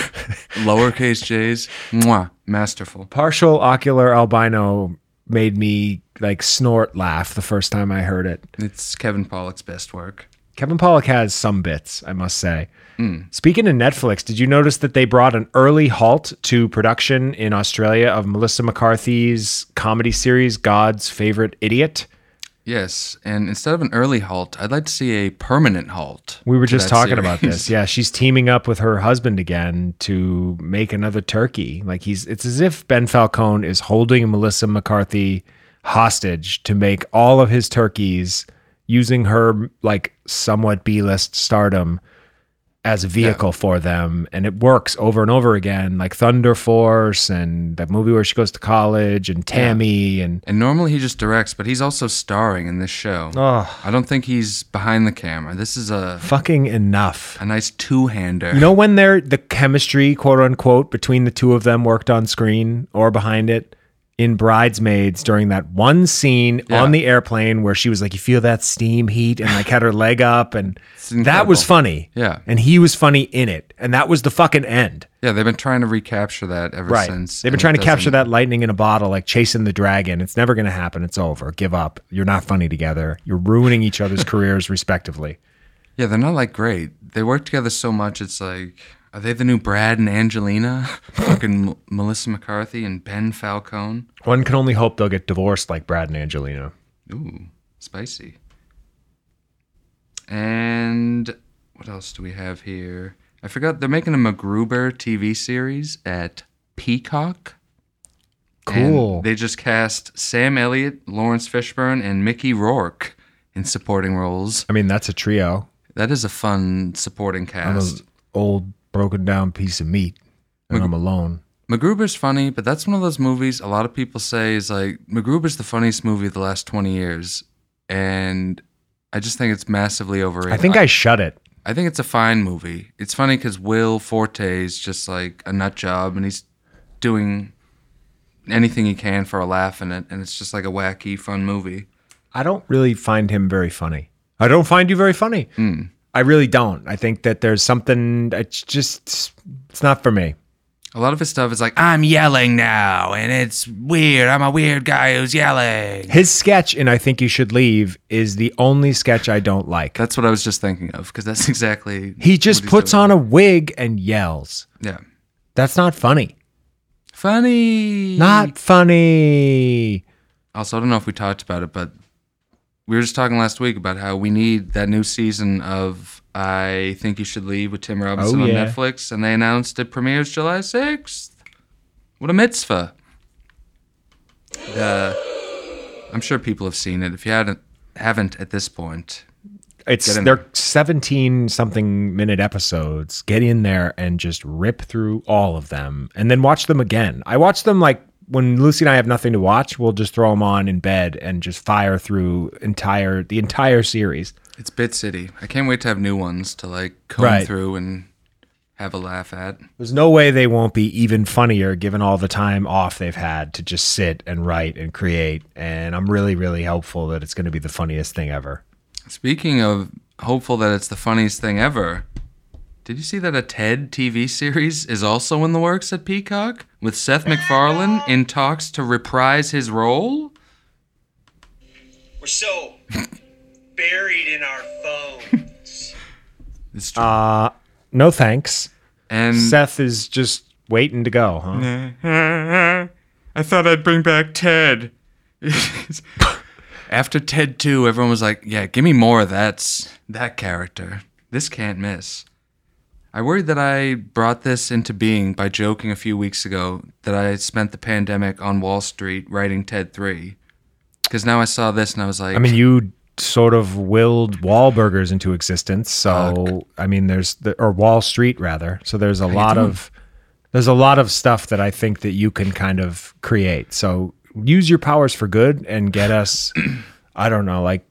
Speaker 5: Lowercase j's. Mwah. Masterful.
Speaker 6: partial ocular albino made me like snort laugh the first time I heard it.
Speaker 5: It's Kevin Pollock's best work.
Speaker 6: Kevin Pollak has some bits, I must say. Speaking of Netflix, did you notice that they brought an early halt to production in Australia of Melissa McCarthy's comedy series God's Favorite Idiot?
Speaker 5: Yes, and instead of an early halt, I'd like to see a permanent halt.
Speaker 6: We were
Speaker 5: to
Speaker 6: just
Speaker 5: that
Speaker 6: talking about
Speaker 5: series.
Speaker 6: this. Yeah, she's teaming up with her husband again to make another turkey. Like he's it's as if Ben Falcone is holding Melissa McCarthy hostage to make all of his turkeys using her like somewhat B-list stardom as a vehicle for them and it works over and over again like Thunder Force and that movie where she goes to college and Tammy and
Speaker 5: And normally he just directs, but he's also starring in this show.
Speaker 6: oh
Speaker 5: I don't think he's behind the camera. This is a
Speaker 6: fucking enough.
Speaker 5: a nice two-hander.
Speaker 6: You know when they're the chemistry, quote unquote, between the two of them worked on screen or behind it in Bridesmaids during that one scene
Speaker 5: Yeah.
Speaker 6: on the airplane where she was like, You feel that steam heat and like had her leg up and that
Speaker 5: incredible.
Speaker 6: was funny.
Speaker 5: Yeah.
Speaker 6: And he was funny in it. And that was the fucking end.
Speaker 5: yeah, they've been trying to recapture that ever
Speaker 6: Right.
Speaker 5: since.
Speaker 6: They've
Speaker 5: and
Speaker 6: been
Speaker 5: it
Speaker 6: trying to capture
Speaker 5: doesn't-
Speaker 6: that lightning in a bottle, like chasing the dragon. It's never gonna happen. It's over. Give up. You're not funny together. You're ruining each other's careers respectively.
Speaker 5: Yeah, they're not like great. They work together so much. It's like, are they the new Brad and Angelina? Fucking M- Melissa McCarthy and Ben Falcone.
Speaker 6: One can only hope they'll get divorced like Brad and Angelina.
Speaker 5: Ooh, spicy. And what else do we have here? I forgot they're making a MacGruber TV series at Peacock. And
Speaker 6: Cool.
Speaker 5: they just cast Sam Elliott, Lawrence Fishburne, and Mickey Rourke in supporting roles.
Speaker 6: I mean, that's a trio.
Speaker 5: That is a fun supporting
Speaker 6: I'm an
Speaker 5: cast.
Speaker 6: old broken down piece of meat and I'm alone.
Speaker 5: MacGruber's funny, but that's one of those movies a lot of people say is like MacGruber's the funniest movie of the last 20 years. And I just think it's massively overrated.
Speaker 6: I think I shut it.
Speaker 5: I think it's a fine movie. It's funny because Will Forte is just like a nut job, and he's doing anything he can for a laugh in it, and it's just like a wacky, fun movie.
Speaker 6: I don't really find him very funny. I don't find you very funny. I really don't. I think that there's something it's just it's not for me.
Speaker 5: A lot of his stuff is like, "I'm yelling now, and it's weird. I'm a weird guy who's yelling."
Speaker 6: His sketch in I Think You Should Leave is the only sketch I don't like.
Speaker 5: That's what I was just thinking of because that's exactly
Speaker 6: He just
Speaker 5: what he's
Speaker 6: puts
Speaker 5: doing.
Speaker 6: on a wig and yells.
Speaker 5: yeah,
Speaker 6: That's not funny.
Speaker 5: funny.
Speaker 6: Not funny.
Speaker 5: Also, I don't know if we talked about it, but we were just talking last week about how we need that new season of I Think You Should Leave with Tim Robinson
Speaker 6: Oh,
Speaker 5: on
Speaker 6: yeah.
Speaker 5: Netflix, and they announced it premieres July 6th. What a mitzvah. Uh, I'm sure people have seen it. If you hadn't, haven't at this point,
Speaker 6: It's
Speaker 5: Get in
Speaker 6: they're
Speaker 5: there.
Speaker 6: 17 something minute episodes. Get in there and just rip through all of them and then watch them again. I watch them like when Lucy and I have nothing to watch, we'll just throw them on in bed and just fire through entire the entire series.
Speaker 5: it's Bit City. I can't wait to have new ones to like comb
Speaker 6: Right.
Speaker 5: through and have a laugh at.
Speaker 6: There's no way they won't be even funnier given all the time off they've had to just sit and write and create. And I'm really, really hopeful that it's going to be the funniest thing ever.
Speaker 5: Speaking of hopeful that it's the funniest thing ever, did you see that a TED TV series is also in the works at Peacock with Seth MacFarlane in talks to reprise his role?
Speaker 9: We're so buried in our phones.
Speaker 5: It's true.
Speaker 6: No thanks.
Speaker 5: and
Speaker 6: Seth is just waiting to go, huh?
Speaker 5: I thought I'd bring back Ted. After Ted 2, everyone was like, yeah, give me more of that, that character. This can't miss. I worried that I brought this into being by joking a few weeks ago that I had spent the pandemic on Wall Street writing Ted 3. Because now I saw this and I was like,
Speaker 6: I mean, you sort of willed Wahlburgers into existence. So I mean, there's the, or Wall Street rather. So there's a lot of there's a lot of stuff that I think that you can kind of create. So use your powers for good and get us. I don't know, like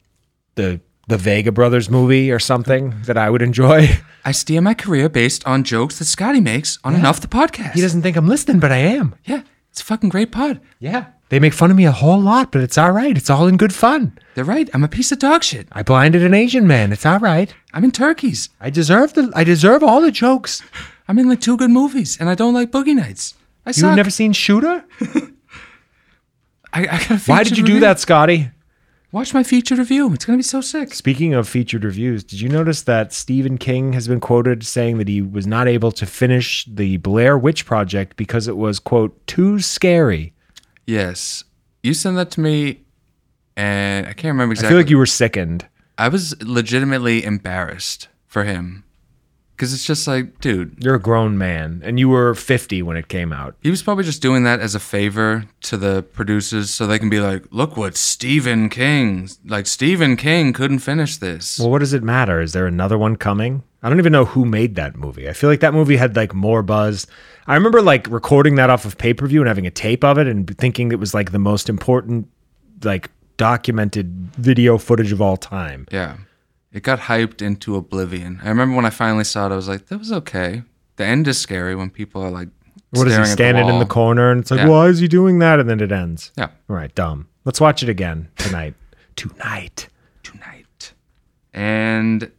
Speaker 6: the the Vega Brothers movie or something that I would enjoy.
Speaker 5: I steer my career based on jokes that Scotty makes on Enough the Podcast.
Speaker 6: He doesn't think I'm listening, but I am.
Speaker 5: Yeah, it's a fucking great pod.
Speaker 6: Yeah. They make fun of me a whole lot, but it's all right. It's all in good fun.
Speaker 5: They're right. I'm a piece of dog shit.
Speaker 6: I blinded an Asian man. It's all right.
Speaker 5: I'm in turkeys.
Speaker 6: I deserve the I deserve all the jokes.
Speaker 5: I'm in like two good movies, and I don't like Boogie Nights. I
Speaker 6: You've
Speaker 5: suck.
Speaker 6: never seen Shooter?
Speaker 5: I, I got a
Speaker 6: Why
Speaker 5: featured
Speaker 6: did you do
Speaker 5: review.
Speaker 6: that, Scotty?
Speaker 5: Watch my featured review. It's gonna be so sick.
Speaker 6: Speaking of featured reviews, did you notice that Stephen King has been quoted saying that he was not able to finish the Blair Witch Project because it was, quote, too scary?
Speaker 5: Yes, you sent that to me, and I can't remember
Speaker 6: I
Speaker 5: exactly.
Speaker 6: feel like you were sickened.
Speaker 5: I was legitimately embarrassed for him, because it's just like, dude,
Speaker 6: You're a grown man, and you were 50 when it came out.
Speaker 5: He was probably just doing that as a favor to the producers so they can be like, look what Stephen King, like Stephen King couldn't finish this.
Speaker 6: Well, what does it matter? Is there another one coming? I don't even know who made that movie. I feel like that movie had like more buzz. I remember like recording that off of pay per view and having a tape of it and thinking it was like the most important, like documented video footage of all time.
Speaker 5: yeah. It got hyped into oblivion. I remember when I finally saw it, I was like, that was okay. The end is scary when people are like,
Speaker 6: What is he
Speaker 5: staring at
Speaker 6: standing in
Speaker 5: wall.
Speaker 6: the corner and it's like,
Speaker 5: Yeah.
Speaker 6: why is he doing that? And then it ends.
Speaker 5: Yeah.
Speaker 6: All right, dumb. Let's watch it again tonight. tonight.
Speaker 5: Tonight. And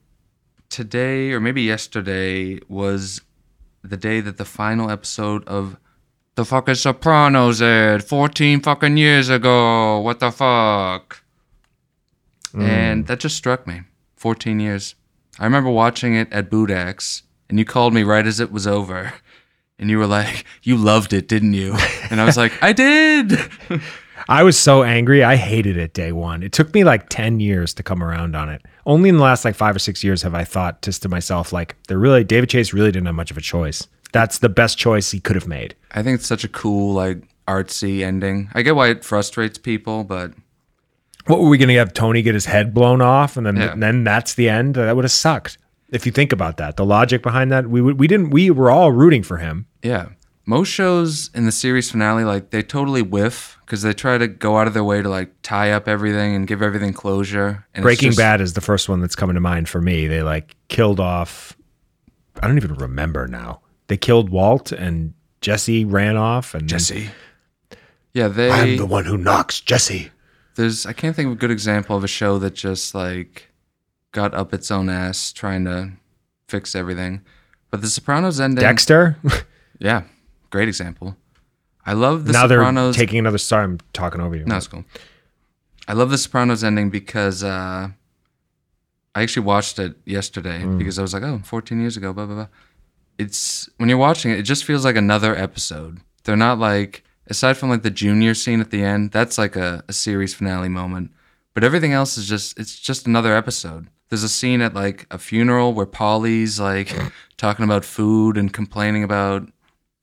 Speaker 5: today, or maybe yesterday, was the day that the final episode of The Fucking Sopranos aired 14 fucking years ago. What the fuck? And that just struck me. 14 years. I remember watching it at Budax, and you called me right as it was over. And you were like, You loved it, didn't you? And I was like, I did.
Speaker 6: I was so angry. I hated it day one. It took me like 10 years to come around on it. Only in the last like five or six years have I thought just to myself, like, they're really, David Chase really didn't have much of a choice. That's the best choice he could have made.
Speaker 5: I think it's such a cool, like, artsy ending. I get why it frustrates people, but
Speaker 6: What were we going to have Tony get his head blown off? And then,
Speaker 5: Yeah.
Speaker 6: and then that's the end. That would have sucked. If you think about that, the logic behind that, we, would, we didn't, we were all rooting for him.
Speaker 5: yeah. Most shows in the series finale, like, they totally whiff because they try to go out of their way to, like, tie up everything and give everything closure. And it's
Speaker 6: Breaking
Speaker 5: just-
Speaker 6: Bad is the first one that's coming to mind for me. They like killed off. I don't even remember now. They killed Walt and Jesse ran off and Jesse.
Speaker 5: Yeah, they.
Speaker 6: I'm the one who knocks, Jesse.
Speaker 5: there's I can't think of a good example of a show that just like got up its own ass trying to fix everything. But The Sopranos ending,
Speaker 6: Dexter.
Speaker 5: yeah, great example. I love The
Speaker 6: now
Speaker 5: Sopranos.
Speaker 6: they're taking another star. I'm talking over you.
Speaker 5: No, it's cool. I love The Sopranos ending because uh, I actually watched it yesterday because I was like, oh, 14 years ago, blah, blah, blah. It's when you're watching it, it just feels like another episode. They're not like, aside from like the junior scene at the end, that's like a, a series finale moment. But everything else is just, it's just another episode. There's a scene at like a funeral where Polly's like talking about food and complaining about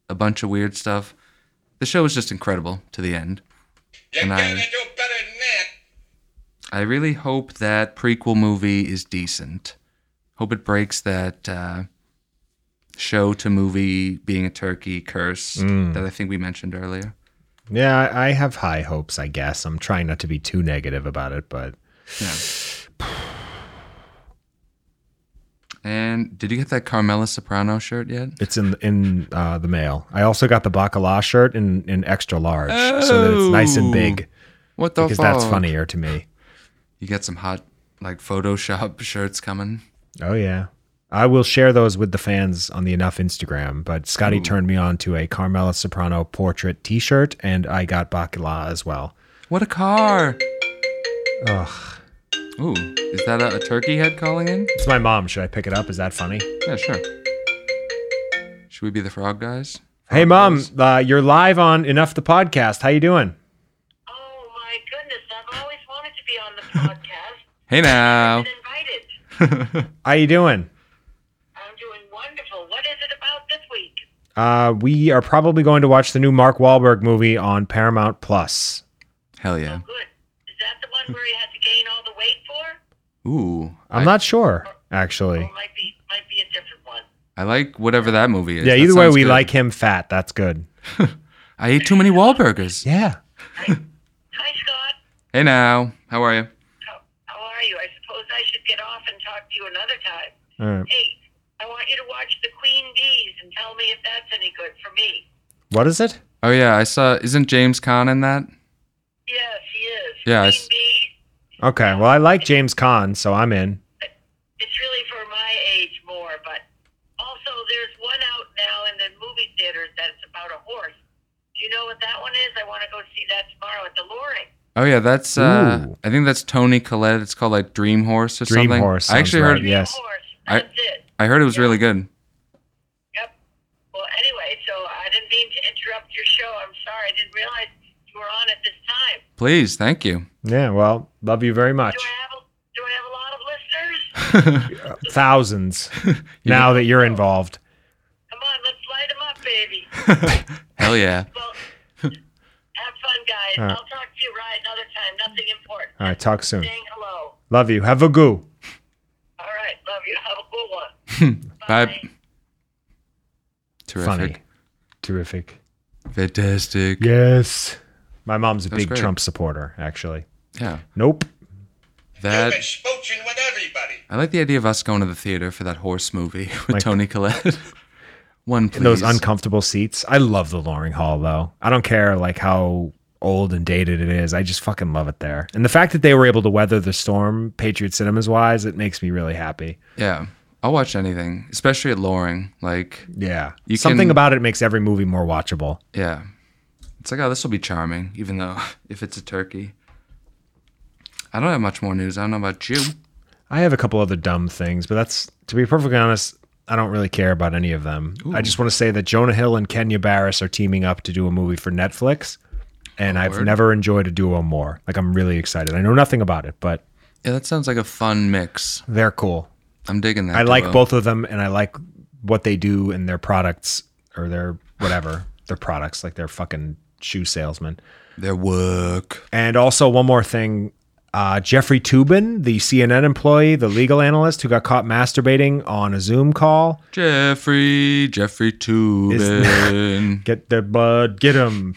Speaker 5: a bunch of weird stuff. The show is just incredible to the end.
Speaker 7: You
Speaker 5: And I-
Speaker 7: gotta do better than that.
Speaker 5: I really hope that prequel movie is decent. Hope it breaks that uh, show to movie being a turkey curse
Speaker 6: Mm.
Speaker 5: that I think we mentioned earlier.
Speaker 6: Yeah, I, I have high hopes. I guess I'm trying not to be too negative about it, but
Speaker 5: And did you get that Carmela Soprano shirt yet?
Speaker 6: it's in in uh, the mail. I also got the bacala shirt in in extra large, so that it's nice and big
Speaker 5: What Oh, the
Speaker 6: because
Speaker 5: fuck?
Speaker 6: that's funnier to me.
Speaker 5: You got some hot like Photoshop shirts coming.
Speaker 6: Oh yeah. I will share those with the fans on the Enough Instagram, but Scotty turned me on to a Carmela Soprano portrait t-shirt and I got Bacala as well.
Speaker 5: What a car!
Speaker 6: Ugh.
Speaker 5: Ooh, is that a, a turkey head calling in?
Speaker 6: It's my mom. Should I pick it up? Is that funny?
Speaker 5: Yeah, sure. Should we be the frog guys?
Speaker 6: Hey
Speaker 5: Frog
Speaker 6: mom,
Speaker 5: boys?
Speaker 6: uh, you're live on Enough the podcast. How you doing?
Speaker 10: Oh my goodness, I've always wanted to be on the podcast.
Speaker 5: Hey now.
Speaker 10: I've been invited.
Speaker 6: How you doing?
Speaker 10: I'm doing wonderful. What is it about this week?
Speaker 6: Uh, we are probably going to watch the new Mark Wahlberg movie on Paramount Plus.
Speaker 5: Hell yeah.
Speaker 10: Good. Is that the one where he had to gain all the weight for?
Speaker 5: Ooh.
Speaker 6: I'm
Speaker 5: I-
Speaker 6: not sure, actually.
Speaker 10: Or might be might be a different one.
Speaker 5: I like whatever that movie is.
Speaker 6: Yeah,
Speaker 5: That
Speaker 6: either way,
Speaker 5: sounds
Speaker 6: we
Speaker 5: good.
Speaker 6: like him fat. That's good.
Speaker 5: I ate too many Wahlburgers.
Speaker 6: Yeah.
Speaker 10: Hi Scott.
Speaker 5: Hey now, how are you?
Speaker 10: How, how are you? I suppose I should get off and talk to you another time.
Speaker 6: All right.
Speaker 10: Hey, I want you to watch The Queen Bees and tell me if that's any good for me.
Speaker 6: What is it?
Speaker 5: Oh yeah, I saw. Isn't James Caan in that?
Speaker 10: Yes, he is.
Speaker 5: Yeah, I
Speaker 10: Queen
Speaker 5: s-
Speaker 10: Bees.
Speaker 6: Okay. Well, I like James Caan, so I'm in.
Speaker 10: it's really for my age more, but also there's one out now in the movie theaters that's about a horse. Do you know know what that one is? I want to go see that tomorrow at the Loring.
Speaker 5: Oh yeah, that's uh
Speaker 6: Ooh.
Speaker 5: I think that's Tony Collette. It's called like Dream Horse or
Speaker 6: Dream
Speaker 5: something.
Speaker 6: Horse
Speaker 5: I actually
Speaker 6: sounds
Speaker 5: heard
Speaker 6: right, Yes.
Speaker 10: Horse.
Speaker 5: I-
Speaker 10: That's it.
Speaker 5: I heard it was really good.
Speaker 10: Yep. Well, anyway, so I didn't mean to interrupt your show. I'm sorry. I didn't realize you were on at this time.
Speaker 5: Please, thank you.
Speaker 6: Yeah, well, love you very much.
Speaker 10: Do I have a, do I have a lot of listeners?
Speaker 6: Thousands. now that you're involved.
Speaker 10: Come on, let's light them up, baby.
Speaker 5: Hell yeah.
Speaker 10: Well, have fun, guys.
Speaker 6: All right.
Speaker 10: I'll talk to you right another time. Nothing important.
Speaker 6: All right, talk soon.
Speaker 10: Saying hello.
Speaker 6: Love you. Have a goo.
Speaker 10: All right, love you. Have a good one.
Speaker 5: Bye. Terrific.
Speaker 6: Funny. Terrific.
Speaker 5: Fantastic. Yeah.
Speaker 6: Yes. My mom's a
Speaker 5: That's
Speaker 6: big
Speaker 5: great.
Speaker 6: Trump supporter, actually. Nope.
Speaker 5: That
Speaker 7: You've been smooching with everybody.
Speaker 5: I like the idea of us going to the theater for that horse movie with
Speaker 6: Like-
Speaker 5: Tony Collette. One please.
Speaker 6: In Those uncomfortable seats. I love the Loring Hall though. I don't care like how old and dated it is. I just fucking love it there. And the fact that they were able to weather the storm, Patriot Cinemas wise, it makes me really happy.
Speaker 5: yeah. I'll watch anything, especially at Loring. Like,
Speaker 6: Yeah.
Speaker 5: You
Speaker 6: Something
Speaker 5: can-
Speaker 6: about it makes every movie more watchable.
Speaker 5: yeah. It's like, oh, this will be charming, even though if it's a turkey. I don't have much more news. I don't know about you.
Speaker 6: I have a couple other dumb things, but that's to be perfectly honest, I don't really care about any of them. I just want to say that Jonah Hill and Kenya Barris are teaming up to do a movie for Netflix, and I've
Speaker 5: Oh, word.
Speaker 6: never enjoyed a duo more. Like I'm really excited. I know nothing about it, but
Speaker 5: Yeah, that sounds like a fun mix.
Speaker 6: they're cool.
Speaker 5: I'm digging that.
Speaker 6: I like
Speaker 5: duo.
Speaker 6: both of them, and I like what they do and their products or their whatever their products, like their fucking shoe salesman.
Speaker 5: their work.
Speaker 6: And also one more thing. Uh, Jeffrey Tubin, the CNN employee, the legal analyst who got caught masturbating on a Zoom call,
Speaker 5: Jeffrey, Jeffrey Tubin.
Speaker 6: Get the bud, get him.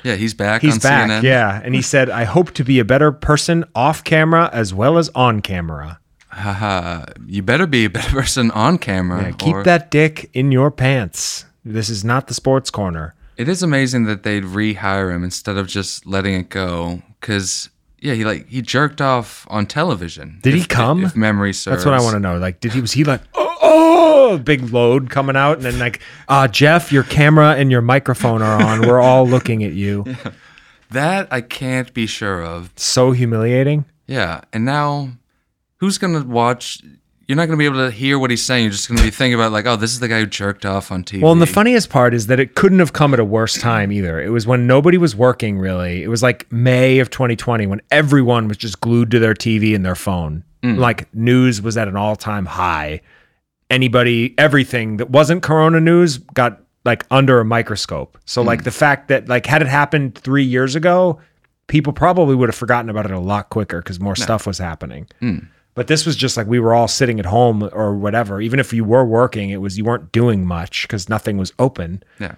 Speaker 5: yeah, he's back
Speaker 6: He's
Speaker 5: on
Speaker 6: back,
Speaker 5: CNN.
Speaker 6: yeah. And he said, I hope to be a better person off camera as well as on camera.
Speaker 5: Haha. you better be a better person on camera.
Speaker 6: Yeah, keep
Speaker 5: or-
Speaker 6: that dick in your pants. This is not the sports corner.
Speaker 5: It is amazing that they'd rehire him instead of just letting it go. Cause yeah, he like he jerked off on television.
Speaker 6: Did
Speaker 5: if-
Speaker 6: he come?
Speaker 5: If memory serves.
Speaker 6: That's what I want to know. Like, did he was he like, oh, oh, big load coming out, and then like, uh, Jeff, your camera and your microphone are on. We're all looking at you.
Speaker 5: That I can't be sure of.
Speaker 6: So humiliating.
Speaker 5: Yeah, and now who's gonna watch? You're not gonna be able to hear what he's saying. You're just gonna be thinking about like, oh, this is the guy who jerked off on TV.
Speaker 6: Well, and the funniest part is that it couldn't have come at a worse time either. It was when nobody was working really. It was like May of 2020 when everyone was just glued to their TV and their phone. Like news was at an all-time high. Anybody, everything that wasn't corona news got like under a microscope. So like the fact that like had it happened 3 years ago, people probably would have forgotten about it a lot quicker cuz more stuff was happening. But this was just like we were all sitting at home or whatever. Even if you were working, it was you weren't doing much because nothing was open.
Speaker 5: Yeah.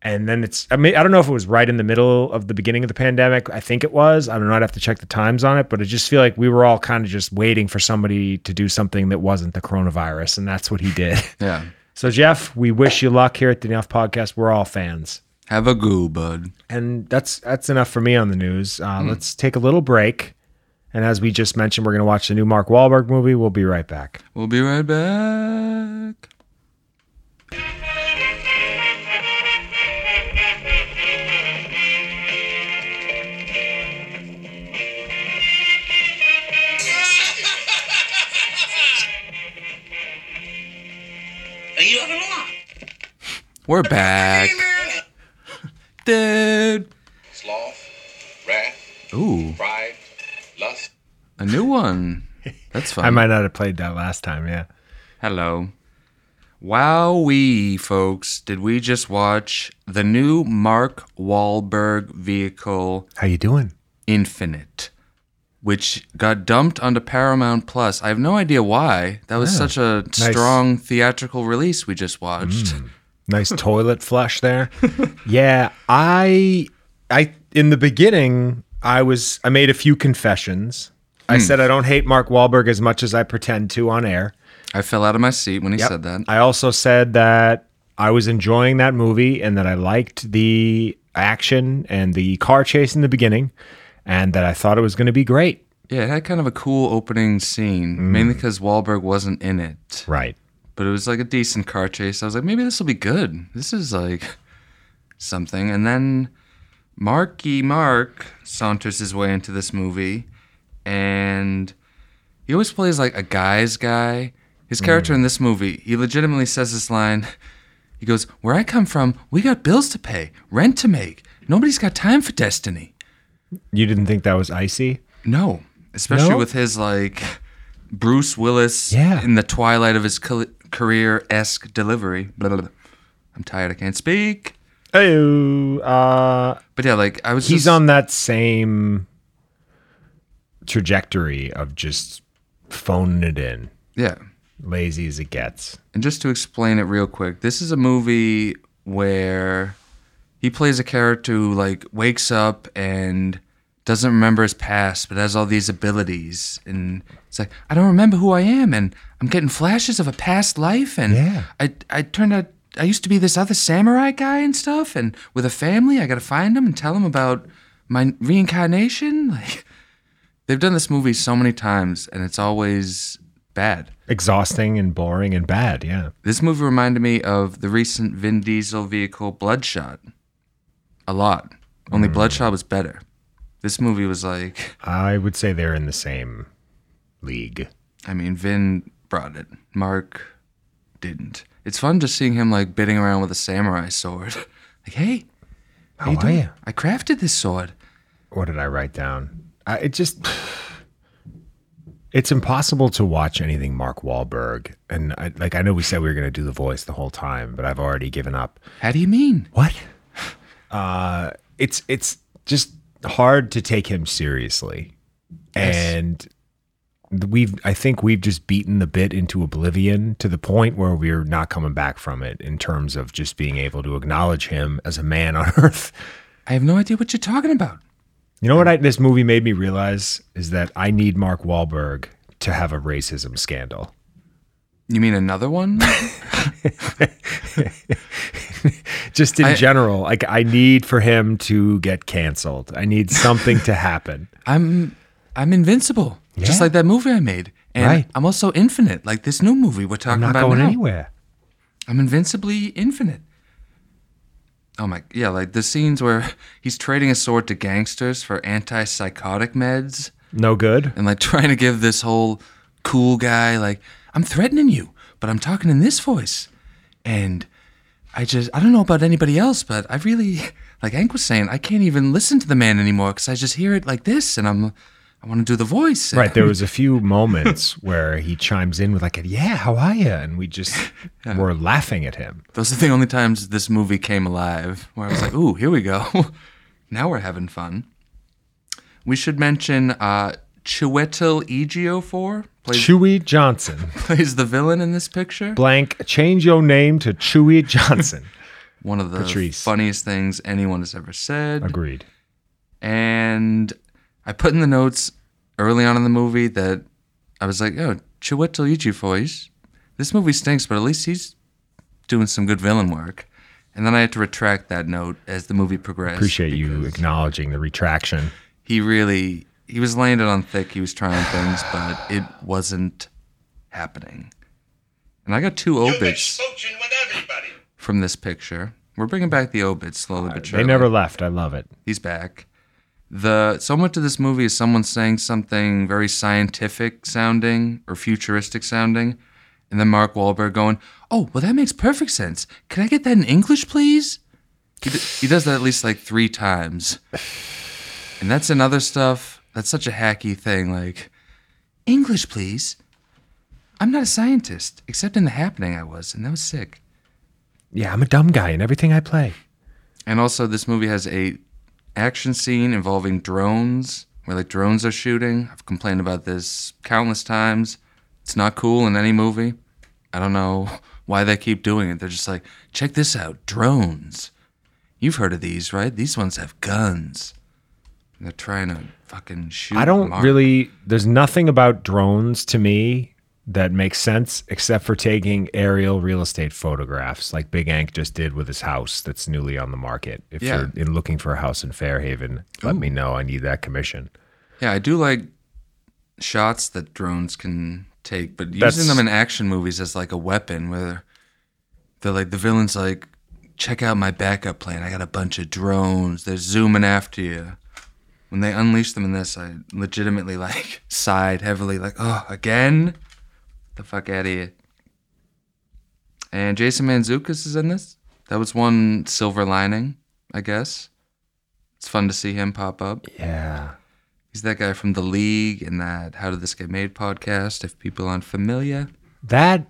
Speaker 6: And then it's, I mean, I don't know if it was right in the middle of the beginning of the pandemic. I think it was. I don't know. I'd have to check the times on it, but I just feel like we were all kind of just waiting for somebody to do something that wasn't the coronavirus. And that's what he did.
Speaker 5: Yeah.
Speaker 6: so, Jeff, we wish you luck here at the Enough Podcast. We're all fans.
Speaker 5: Have a goo, bud.
Speaker 6: And that's that's enough for me on the news. Uh, Let's take a little break. And as we just mentioned, we're going to watch the new Mark Wahlberg movie. We'll be right back.
Speaker 5: We'll be right back.
Speaker 8: Are you having a laugh?
Speaker 5: We're back. Dude.
Speaker 8: Sloth, wrath,
Speaker 5: Ooh,
Speaker 8: pride, lust.
Speaker 5: a new one. That's fun.
Speaker 6: I might not have played that last time. Yeah.
Speaker 5: Hello. Wowee, folks. Did we just watch the new Mark Wahlberg vehicle,
Speaker 6: How you doing?
Speaker 5: Infinite, which got dumped onto Paramount Plus? I have no idea why. That was such a strong theatrical release we just watched.
Speaker 6: Nice toilet flush there. yeah, I, I in the beginning, I was I made a few confessions. I
Speaker 5: Hmm.
Speaker 6: said I don't hate Mark Wahlberg as much as I pretend to on air.
Speaker 5: I fell out of my seat when he said that.
Speaker 6: I also said that I was enjoying that movie and that I liked the action and the car chase in the beginning, and that I thought it was going to be great.
Speaker 5: Yeah, it had kind of a cool opening scene, mainly because Wahlberg wasn't in it.
Speaker 6: Right.
Speaker 5: but it was like a decent car chase. I was like, maybe this will be good. This is like something. And then Marky Mark saunters his way into this movie, and he always plays like a guy's guy. His character in this movie, he legitimately says this line. He goes, "Where I come from, we got bills to pay, rent to make. Nobody's got time for destiny."
Speaker 6: You didn't think that was icy?
Speaker 5: No, especially
Speaker 6: No?
Speaker 5: with his like Bruce Willis
Speaker 6: Yeah.
Speaker 5: in the twilight of his col- career esque delivery. Blah, blah, blah. I'm tired. I can't speak.
Speaker 6: Oh, uh,
Speaker 5: But yeah, like I was.
Speaker 6: he's
Speaker 5: just-
Speaker 6: on that same trajectory of just phoning it in,
Speaker 5: Yeah,
Speaker 6: lazy as it gets.
Speaker 5: and just to explain it real quick, this is a movie where he plays a character who like wakes up and doesn't remember his past, but has all these abilities, and it's like I don't remember who I am, and I'm getting flashes of a past life, and
Speaker 6: Yeah.
Speaker 5: I I turned out I used to be this other samurai guy and stuff, and with a family, I got to find him and tell him about my reincarnation. Like they've done this movie so many times, and it's always bad.
Speaker 6: Exhausting and boring and bad, yeah.
Speaker 5: This movie reminded me of the recent Vin Diesel vehicle Bloodshot. A lot. Only
Speaker 6: Mm.
Speaker 5: Bloodshot was better. This movie was like,
Speaker 6: I would say they're in the same league.
Speaker 5: I mean, Vin brought it. Mark didn't. It's fun just seeing him like bidding around with a samurai sword. Like, hey, how you
Speaker 6: How are
Speaker 5: doing?
Speaker 6: ya?
Speaker 5: I crafted this sword.
Speaker 6: What did I write down? I, it just. It's impossible to watch anything Mark Wahlberg. And I, like, I know we said we were going to do the voice the whole time, but I've already given up.
Speaker 5: How do you mean?
Speaker 6: What? Uh, it's it's just hard to take him seriously,
Speaker 5: Yes.
Speaker 6: and we've I think we've just beaten the bit into oblivion to the point where we're not coming back from it in terms of just being able to acknowledge him as a man on earth.
Speaker 5: I have no idea what you're talking about.
Speaker 6: You know what I, this movie made me realize is that I need Mark Wahlberg to have a racism scandal.
Speaker 5: You mean another one?
Speaker 6: Just in
Speaker 5: I-
Speaker 6: general, like I need for him to get canceled. I need something to happen.
Speaker 5: I'm I'm invincible. Just
Speaker 6: Yeah.
Speaker 5: like that movie I made. And
Speaker 6: Right.
Speaker 5: I'm also infinite, like this new movie we're talking
Speaker 6: I'm not
Speaker 5: about
Speaker 6: going
Speaker 5: now.
Speaker 6: anywhere.
Speaker 5: I'm invincibly infinite. Oh my, yeah, like the scenes where he's trading a sword to gangsters for antipsychotic meds
Speaker 6: No good.
Speaker 5: and like trying to give this whole cool guy, like, I'm threatening you, but I'm talking in this voice. And I just, I don't know about anybody else, but I really, like Hank was saying, I can't even listen to the man anymore because I just hear it like this and I'm, I want to do the voice.
Speaker 6: Right. There was a few moments where he chimes in with like, a, "Yeah, how are you?" and we just were laughing at him.
Speaker 5: Those are the only times this movie came alive where I was like, ooh, here we go. now we're having fun. We should mention uh, Chiwetel Ejiofor plays,
Speaker 6: Chewy Johnson.
Speaker 5: plays the villain in this picture.
Speaker 6: Blank. Change your name to Chewy Johnson.
Speaker 5: One of the
Speaker 6: Patrice.
Speaker 5: funniest things anyone has ever said.
Speaker 6: Agreed.
Speaker 5: And I put in the notes early on in the movie that I was like, oh, Chiwetel Ejiofor, he's- this movie stinks, but at least he's doing some good villain work. And then I had to retract that note as the movie progressed.
Speaker 6: Appreciate you
Speaker 5: because-
Speaker 6: acknowledging the retraction.
Speaker 5: he really he was landed on thick he was trying things but it wasn't happening and i got two obits
Speaker 7: Poaching with everybody.
Speaker 5: from this picture we're bringing back the obits slowly but surely
Speaker 6: They never left. I love it.
Speaker 5: he's back the so much of this movie is someone saying something very scientific sounding or futuristic sounding and then mark Wahlberg going oh well that makes perfect sense can i get that in english please he, d- he does that at least like three times and that's another stuff that's such a hacky thing like english please i'm not a scientist except in the happening i was and that was sick
Speaker 6: Yeah, I'm a dumb guy in everything I play.
Speaker 5: and also, this movie has a action scene involving drones, where like drones are shooting. I've complained about this countless times. It's not cool in any movie. I don't know why they keep doing it. They're just like, check this out, drones. You've heard of these, right? These ones have guns. And they're trying to fucking shoot.
Speaker 6: I don't
Speaker 5: Mark.
Speaker 6: really. There's nothing about drones to me that makes sense except for taking aerial real estate photographs, like Big Ank just did with his house that's newly on the market. If
Speaker 5: Yeah.
Speaker 6: you're in looking for a house in Fairhaven, let me know. I need that commission.
Speaker 5: Yeah, I do like shots that drones can take, but
Speaker 6: That's-
Speaker 5: using them in action movies as like a weapon, where they're like the villain's like check out my backup plan. I got a bunch of drones. They're zooming after you. When they unleashed them in this, I legitimately like sighed heavily, like, oh, again? The fuck out of here. And Jason Manzukis is in this. That was one silver lining, I guess. It's fun to see him pop up.
Speaker 6: Yeah.
Speaker 5: He's that guy from The League and that How Did This Get Made podcast, if people aren't familiar.
Speaker 6: That,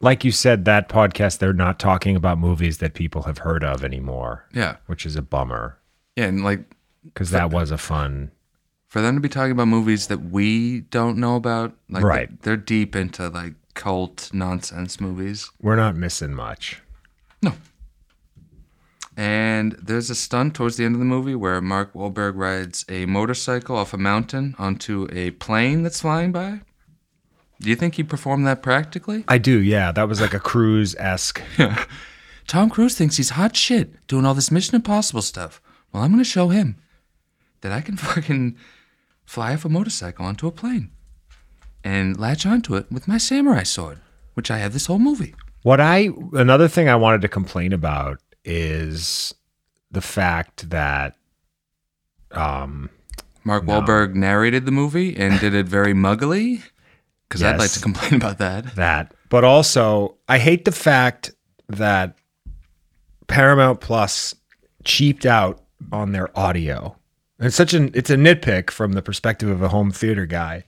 Speaker 6: like you said, that podcast, they're not talking about movies that people have heard of anymore,
Speaker 5: Yeah.
Speaker 6: which is a bummer
Speaker 5: Yeah, and like
Speaker 6: because that was a fun.
Speaker 5: for them to be talking about movies that we don't know about, like they-
Speaker 6: Right.
Speaker 5: they're deep into like cult nonsense movies.
Speaker 6: We're not missing much.
Speaker 5: And there's a stunt towards the end of the movie where Mark Wahlberg rides a motorcycle off a mountain onto a plane that's flying by. Do you think he performed that practically?
Speaker 6: I do, yeah. That was like a cruise esque.
Speaker 5: Tom Cruise thinks he's hot shit doing all this Mission Impossible stuff. Well, I'm going to show him that I can fucking fly off a motorcycle onto a plane and latch onto it with my samurai sword, which I have this whole movie.
Speaker 6: What I another thing I wanted to complain about is the fact that um
Speaker 5: Mark Wahlberg narrated the movie and did it very muggily. Because I'd like
Speaker 6: Yes.
Speaker 5: to complain about that.
Speaker 6: that but also I hate the fact that Paramount Plus cheaped out on their audio. And it's such an it's a nitpick from the perspective of a home theater guy.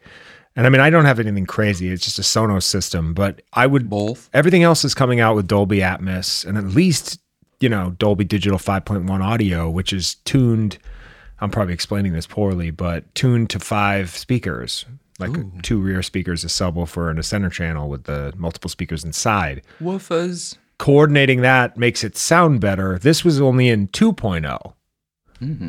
Speaker 6: And I mean I don't have anything crazy, it's just a Sonos system, but I would
Speaker 5: Both.
Speaker 6: Everything else is coming out with Dolby Atmos and at least, you know, Dolby Digital 5.1 audio, which is tuned. I'm probably explaining this poorly, but tuned to five speakers, like two rear speakers, a subwoofer, and a center channel with the multiple speakers inside.
Speaker 5: Woofers.
Speaker 6: Coordinating that makes it sound better. This was only in 2.0. His
Speaker 5: Mm-hmm.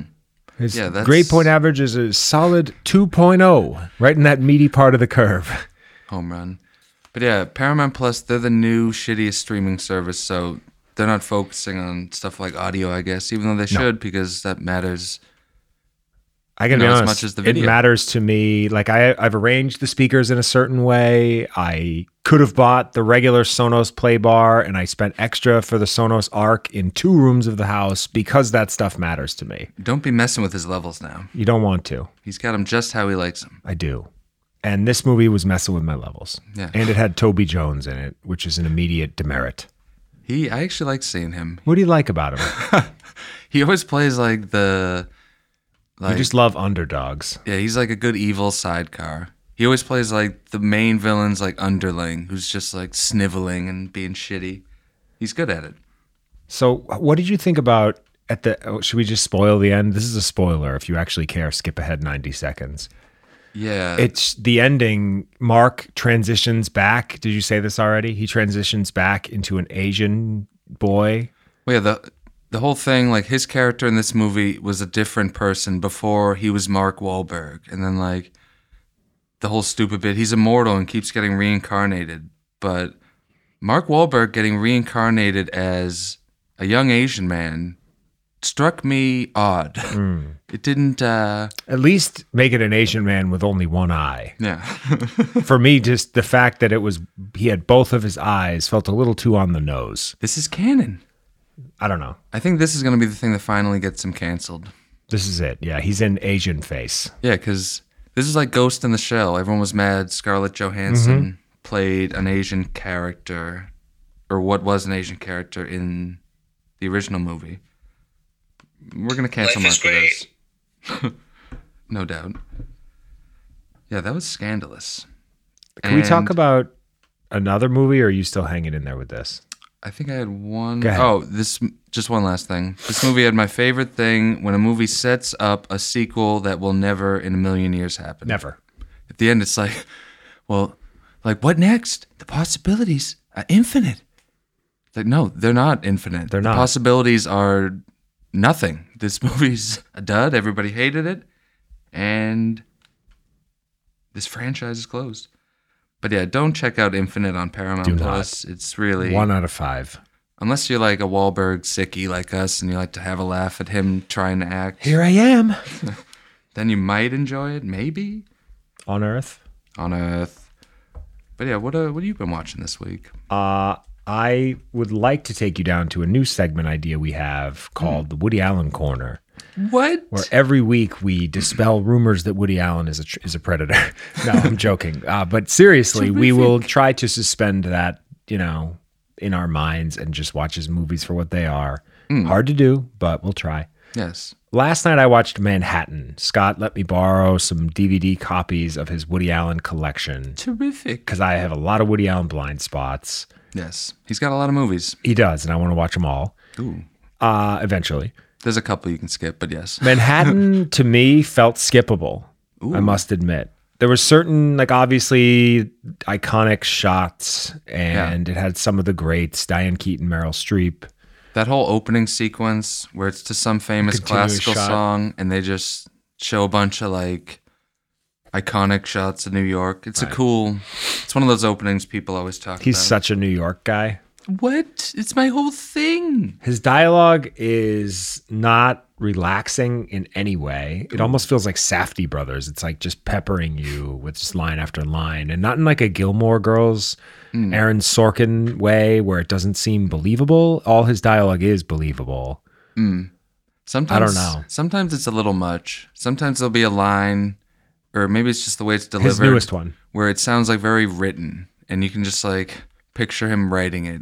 Speaker 5: Yeah, that's-
Speaker 6: grade point average is a solid 2.0, right in that meaty part of the curve.
Speaker 5: Home run. But yeah, Paramount Plus, they're the new shittiest streaming service. So they're not focusing on stuff like audio, I guess, even though they should because that matters.
Speaker 6: I can
Speaker 5: you
Speaker 6: be
Speaker 5: know, as
Speaker 6: honest.
Speaker 5: much as the video.
Speaker 6: It matters to me. Like I, I've arranged the speakers in a certain way. I could have bought the regular Sonos Play Bar, and I spent extra for the Sonos Arc in two rooms of the house because that stuff matters to me.
Speaker 5: Don't be messing with his levels now.
Speaker 6: You don't want to.
Speaker 5: He's got them just how he likes them.
Speaker 6: I do. And this movie was messing with my levels.
Speaker 5: Yeah.
Speaker 6: And it had Toby Jones in it, which is an immediate demerit.
Speaker 5: He, I actually like seeing him.
Speaker 6: What do you like about him?
Speaker 5: He always plays like the,
Speaker 6: I
Speaker 5: like
Speaker 6: just love underdogs.
Speaker 5: Yeah, he's like a good evil sidecar. He always plays like the main villain's like underling who's just like sniveling and being shitty. He's good at it.
Speaker 6: So, what did you think about at the? Oh, should we just spoil the end? This is a spoiler. If you actually care, skip ahead ninety seconds.
Speaker 5: Yeah.
Speaker 6: It's the ending. Mark transitions back. Did you say this already? He transitions back into an Asian boy.
Speaker 5: well, yeah, the the whole thing like his character in this movie was a different person before he was Mark Wahlberg and then like the whole stupid bit he's immortal and keeps getting reincarnated, but Mark Wahlberg getting reincarnated as a young Asian man struck me odd. It didn't uh
Speaker 6: At least make it an Asian man with only one eye.
Speaker 5: yeah.
Speaker 6: For me, just the fact that it was he had both of his eyes felt a little too on the nose.
Speaker 5: This is canon.
Speaker 6: I don't know.
Speaker 5: I think this is going to be the thing that finally gets him canceled.
Speaker 6: This is it. Yeah, he's in Asian face.
Speaker 5: Yeah, because this is like Ghost in the Shell. Everyone was mad Scarlett Johansson
Speaker 6: Mm-hmm.
Speaker 5: played an Asian character, or what was an Asian character in the original movie. We're going to cancel
Speaker 8: Life is
Speaker 5: most of this. no doubt. Yeah, that was scandalous.
Speaker 6: Can we talk
Speaker 5: And-
Speaker 6: about another movie, or are you still hanging in there with this?
Speaker 5: I think I had one
Speaker 6: Go ahead.
Speaker 5: oh this just one last thing. This movie had my favorite thing when a movie sets up a sequel that will never in a million years happen.
Speaker 6: Never.
Speaker 5: At the end, it's like, well, like what next? The possibilities are infinite. It's Like no, they're not infinite.
Speaker 6: They're
Speaker 5: The
Speaker 6: not.
Speaker 5: possibilities are nothing. This movie's a dud. Everybody hated it, and this franchise is closed. But yeah, don't check out Infinite on Paramount
Speaker 6: Do not.
Speaker 5: Plus. It's really
Speaker 6: One out of five.
Speaker 5: Unless you're like a Wahlberg sickie like us and you like to have a laugh at him trying to act,
Speaker 6: Here I am
Speaker 5: then you might enjoy it, maybe
Speaker 6: on Earth.
Speaker 5: on Earth. But yeah, what uh, what have you been watching this week?
Speaker 6: Uh, I would like to take you down to a new segment idea we have called the Woody Allen Corner,
Speaker 5: What?
Speaker 6: where every week we dispel rumors that Woody Allen is a tr- is a predator. no, I'm joking. Uh, but seriously, we will try to suspend that, you know, in our minds and just watch his movies for what they are. Hard to do, but we'll try.
Speaker 5: Yes.
Speaker 6: Last night I watched Manhattan. Scott let me borrow some DVD copies of his Woody Allen collection
Speaker 5: Terrific.
Speaker 6: because I have a lot of Woody Allen blind spots.
Speaker 5: Yes. He's got a lot of movies.
Speaker 6: He does, and I want to watch them all
Speaker 5: Ooh.
Speaker 6: uh, eventually.
Speaker 5: There's a couple you can skip, but yes.
Speaker 6: Manhattan to me felt skippable. I must admit. There were certain, like obviously iconic shots, and it had some of the greats: Diane Keaton, Meryl Streep.
Speaker 5: That whole opening sequence where it's to some famous
Speaker 6: Continuous
Speaker 5: classical
Speaker 6: shot.
Speaker 5: song and they just show a bunch of like iconic shots of New York. It's a cool it's one of those openings people always talk
Speaker 6: He's
Speaker 5: about.
Speaker 6: such a New York guy.
Speaker 5: what? It's my whole thing.
Speaker 6: His dialogue is not relaxing in any way. It almost feels like Safety Brothers. It's like just peppering you with just line after line, and not in like a Gilmore Girls, Aaron Sorkin way where it doesn't seem believable. All his dialogue is believable.
Speaker 5: Sometimes
Speaker 6: know.
Speaker 5: Sometimes it's a little much. Sometimes there'll be a line or maybe it's just the way it's delivered.
Speaker 6: His newest one.
Speaker 5: where it sounds like very written and you can just like picture him writing it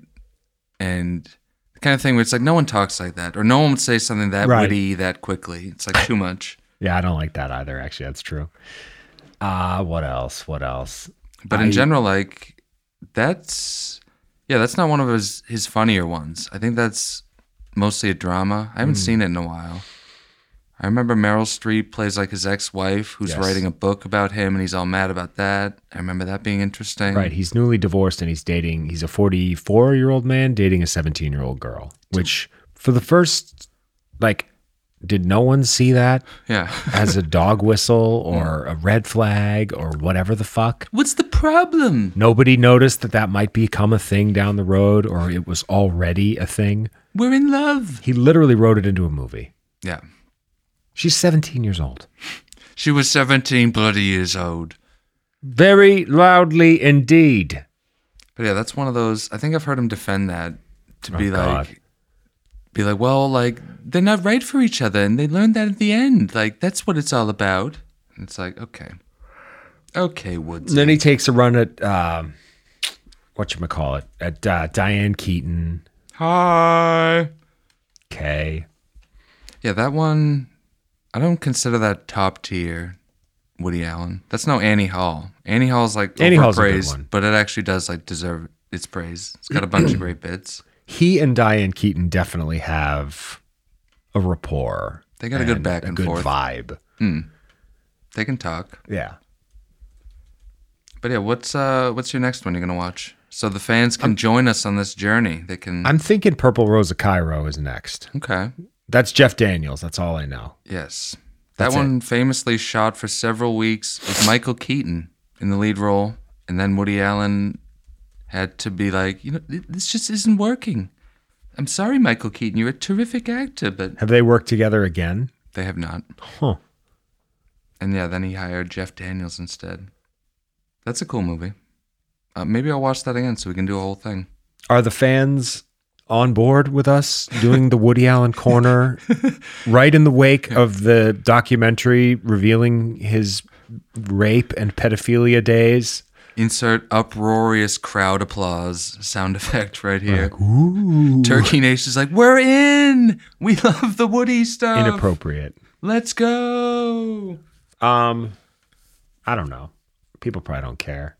Speaker 5: and the kind of thing where it's like no one talks like that or no one would say something that
Speaker 6: Right.
Speaker 5: witty that quickly it's like too much
Speaker 6: Yeah, I don't like that either. Actually, that's true. Uh, what else? What else?
Speaker 5: but
Speaker 6: I-
Speaker 5: in general like that's yeah that's not one of his his funnier ones i think that's mostly a drama i
Speaker 6: Hmm.
Speaker 5: haven't seen it in a while i remember meryl streep plays like his ex-wife who's
Speaker 6: Yes.
Speaker 5: writing a book about him and he's all mad about that i remember that being interesting
Speaker 6: Right, he's newly divorced and he's dating. He's a 44 year old man dating a 17 year old girl, which for the first, like, did no one see that
Speaker 5: yeah
Speaker 6: as a dog whistle or a red flag or whatever the fuck?
Speaker 5: what's the problem
Speaker 6: Nobody noticed that that might become a thing down the road or it was already a thing.
Speaker 5: we're in love
Speaker 6: He literally wrote it into a movie.
Speaker 5: yeah
Speaker 6: She's 17 years old.
Speaker 5: She was 17 bloody years old.
Speaker 6: Very loudly indeed.
Speaker 5: But yeah, that's one of those. I think I've heard him defend that to be
Speaker 6: Oh, God.
Speaker 5: like, be like, well, like they're not right for each other, and they learned that at the end. Like that's what it's all about. And it's like, okay, okay, Woods.
Speaker 6: And then he takes a run at um, what you call it at uh, Diane Keaton.
Speaker 5: Hi.
Speaker 6: Okay,
Speaker 5: Yeah, that one. I don't consider that top tier. Woody Allen. That's no Annie Hall. Annie Hall's like
Speaker 6: Annie Hall's a good
Speaker 5: overpraised,
Speaker 6: one.
Speaker 5: but it actually does like deserve its praise. It's got a bunch of great bits.
Speaker 6: he and Diane Keaton definitely have a rapport.
Speaker 5: They got a good back
Speaker 6: a
Speaker 5: and
Speaker 6: good
Speaker 5: forth.
Speaker 6: vibe.
Speaker 5: They can talk.
Speaker 6: Yeah,
Speaker 5: But yeah, what's uh what's your next one you're gonna watch? So the fans can join us on this journey. They can
Speaker 6: I'm thinking Purple Rose of Cairo is next.
Speaker 5: Okay.
Speaker 6: That's Jeff Daniels. That's all I know.
Speaker 5: Yes. That
Speaker 6: That's
Speaker 5: one famously shot for several weeks with Michael Keaton in the lead role, and then Woody Allen had to be like, you know, th- this just isn't working. I'm sorry, Michael Keaton, you're a terrific actor, but
Speaker 6: Have they worked together again?
Speaker 5: they have not.
Speaker 6: Huh.
Speaker 5: And yeah, then he hired Jeff Daniels instead. That's a cool movie. Uh, maybe I'll watch that again so we can do a whole thing.
Speaker 6: Are the fans on board with us doing the Woody Allen corner right in the wake of the documentary revealing his rape and pedophilia days?
Speaker 5: Insert uproarious crowd applause sound effect right here. Turkey Nation's like, we're in. We love the Woody stuff.
Speaker 6: Inappropriate.
Speaker 5: Let's go.
Speaker 6: Um, I don't know. People probably don't care.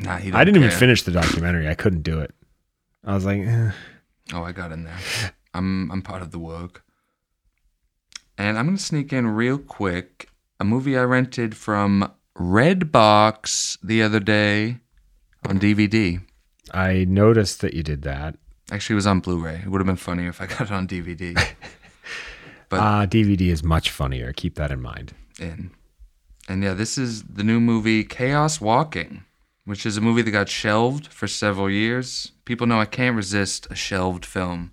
Speaker 5: Nah, he
Speaker 6: I didn't even
Speaker 5: care.
Speaker 6: finish the documentary. I couldn't do it. I was like, eh.
Speaker 5: Oh, I got in there. I'm I'm part of the work. And I'm gonna sneak in real quick a movie I rented from Redbox the other day on DVD.
Speaker 6: I noticed that you did that.
Speaker 5: Actually, it was on Blu-ray. It would have been funnier if I got it on DVD. But-
Speaker 6: Ah, DVD is much funnier. Keep that in mind.
Speaker 5: in. And yeah, this is the new movie Chaos Walking, which is a movie that got shelved for several years. People know I can't resist a shelved film.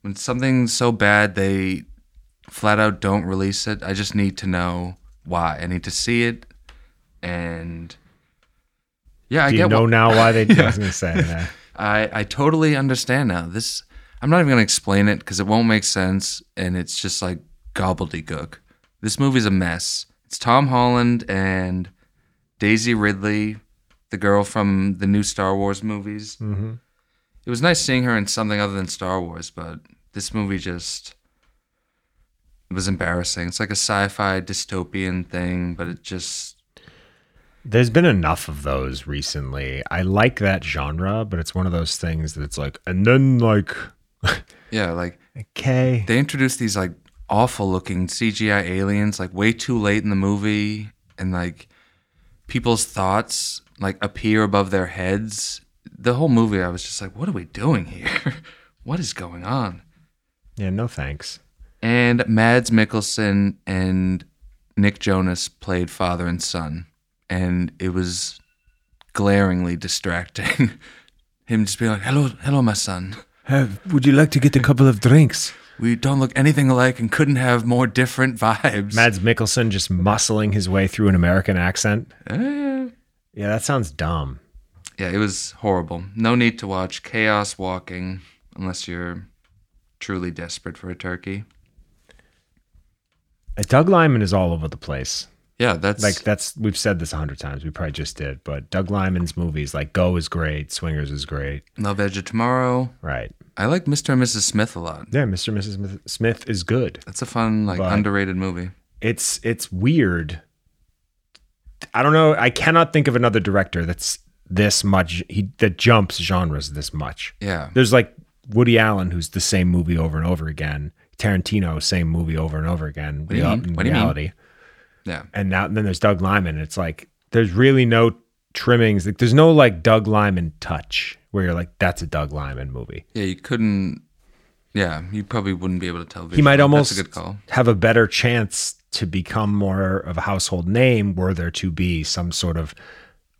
Speaker 5: When something's so bad they flat out don't release it, I just need to know why. I need to see it. And yeah, I
Speaker 6: Do you
Speaker 5: get
Speaker 6: know
Speaker 5: wh-
Speaker 6: now why they? I was gonna say that.
Speaker 5: I I totally understand now. This I'm not even gonna explain it because it won't make sense, and it's just like gobbledygook. This movie's a mess. It's Tom Holland and Daisy Ridley, the girl from the new Star Wars movies. Mm-hmm. It was nice seeing her in something other than Star Wars, but this movie just it was embarrassing. It's like a sci-fi dystopian thing, but it just
Speaker 6: There's been enough of those recently. I like that genre, but it's one of those things that it's like, and then like,
Speaker 5: yeah, like
Speaker 6: okay,
Speaker 5: they introduced these like awful looking CGI aliens like way too late in the movie and like people's thoughts like appear above their heads. The whole movie I was just like, what are we doing here? what is going on?
Speaker 6: yeah, no thanks.
Speaker 5: And Mads Mikkelsen and Nick Jonas played father and son. And it was glaringly distracting. Him just being like, Hello hello my son.
Speaker 6: would you like to get a couple of drinks?
Speaker 5: We don't look anything alike and couldn't have more different vibes.
Speaker 6: Mads Mikkelsen just muscling his way through an American accent.
Speaker 5: Eh.
Speaker 6: Yeah, that sounds dumb.
Speaker 5: Yeah, it was horrible. No need to watch Chaos Walking unless you're truly desperate for a turkey.
Speaker 6: Uh, Doug Lyman is all over the place.
Speaker 5: Yeah, that's
Speaker 6: Like that's we've said this a hundred times. We probably just did, but Doug Lyman's movies like Go is great, Swingers is great,
Speaker 5: Love Edge of Tomorrow.
Speaker 6: right?
Speaker 5: I like Mr. and Mrs. Smith a lot.
Speaker 6: Yeah, Mr. and Mrs. Smith- Smith is good.
Speaker 5: That's a fun, like
Speaker 6: But-
Speaker 5: underrated movie.
Speaker 6: It's it's weird. I don't know. I cannot think of another director that's this much. He that jumps genres this much.
Speaker 5: Yeah.
Speaker 6: There's like Woody Allen, who's the same movie over and over again. Tarantino, same movie over and over again.
Speaker 5: do you
Speaker 6: re-
Speaker 5: mean?
Speaker 6: in
Speaker 5: What do you mean?
Speaker 6: reality.
Speaker 5: Yeah.
Speaker 6: And now and then there's Doug Lyman. It's like there's really no trimmings. Like there's no like Doug Lyman touch where you're like, that's a Doug Lyman movie.
Speaker 5: Yeah, you couldn't yeah, you probably wouldn't be able to tell.
Speaker 6: He might
Speaker 5: visually.
Speaker 6: almost
Speaker 5: That's a good call.
Speaker 6: have a better chance to become more of a household name were there to be some sort of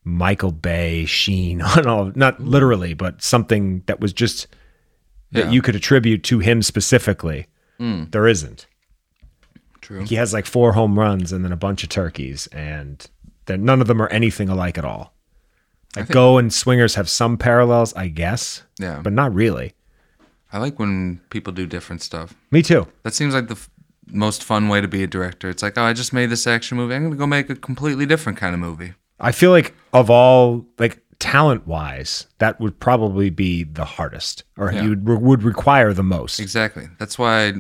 Speaker 6: Michael Bay sheen on all not
Speaker 5: Mm.
Speaker 6: literally, but something that was just that
Speaker 5: Yeah. Mm.
Speaker 6: you could attribute to him specifically. There isn't.
Speaker 5: True.
Speaker 6: He has like four home runs and then a bunch of turkeys, and they're- none of them are anything alike at all. Like Go and Swingers have some parallels, I guess,
Speaker 5: Yeah.
Speaker 6: but not really.
Speaker 5: I like when people do different stuff.
Speaker 6: Me too.
Speaker 5: That seems like the f- most fun way to be a director. It's like, oh, I just made this action movie. I'm going to go make a completely different kind of movie.
Speaker 6: I feel like of all like talent wise, that would probably be the hardest, or
Speaker 5: Yeah.
Speaker 6: you would, would require the most.
Speaker 5: Exactly. That's why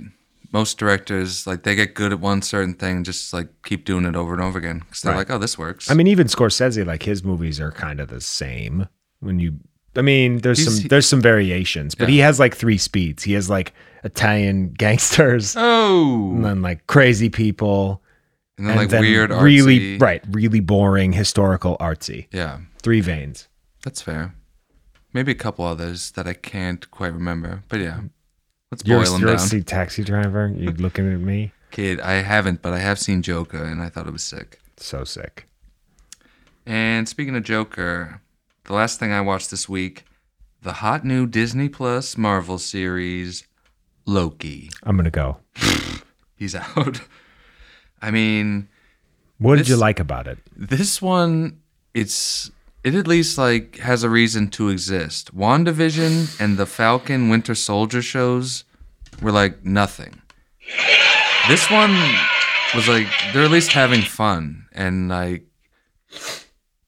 Speaker 5: most directors like they get good at one certain thing, and just like keep doing it over and over again because they're
Speaker 6: Right.
Speaker 5: like, oh, this works.
Speaker 6: I mean, even Scorsese, like his movies are kind of the same. When you, I mean, there's
Speaker 5: He's-
Speaker 6: some there's some variations, but he has like three speeds. He has like Italian gangsters,
Speaker 5: oh,
Speaker 6: and then like crazy people,
Speaker 5: and then like
Speaker 6: then
Speaker 5: weird, artsy.
Speaker 6: really right, really boring historical artsy.
Speaker 5: Yeah,
Speaker 6: Three veins.
Speaker 5: that's fair. Maybe a couple others that I can't quite remember, but yeah, let's
Speaker 6: You're,
Speaker 5: boil them
Speaker 6: you're a
Speaker 5: down.
Speaker 6: see taxi driver. You looking at me?
Speaker 5: Kid, I haven't, but I have seen Joker, and I thought it was sick.
Speaker 6: So sick.
Speaker 5: And speaking of Joker, the last thing I watched this week, the hot new Disney Plus Marvel series, Loki.
Speaker 6: I'm gonna go.
Speaker 5: He's out. I mean,
Speaker 6: What did
Speaker 5: This-
Speaker 6: you like about it?
Speaker 5: this one it's it at least like has a reason to exist. WandaVision and the Falcon Winter Soldier shows were like nothing. This one was like they're at least having fun and like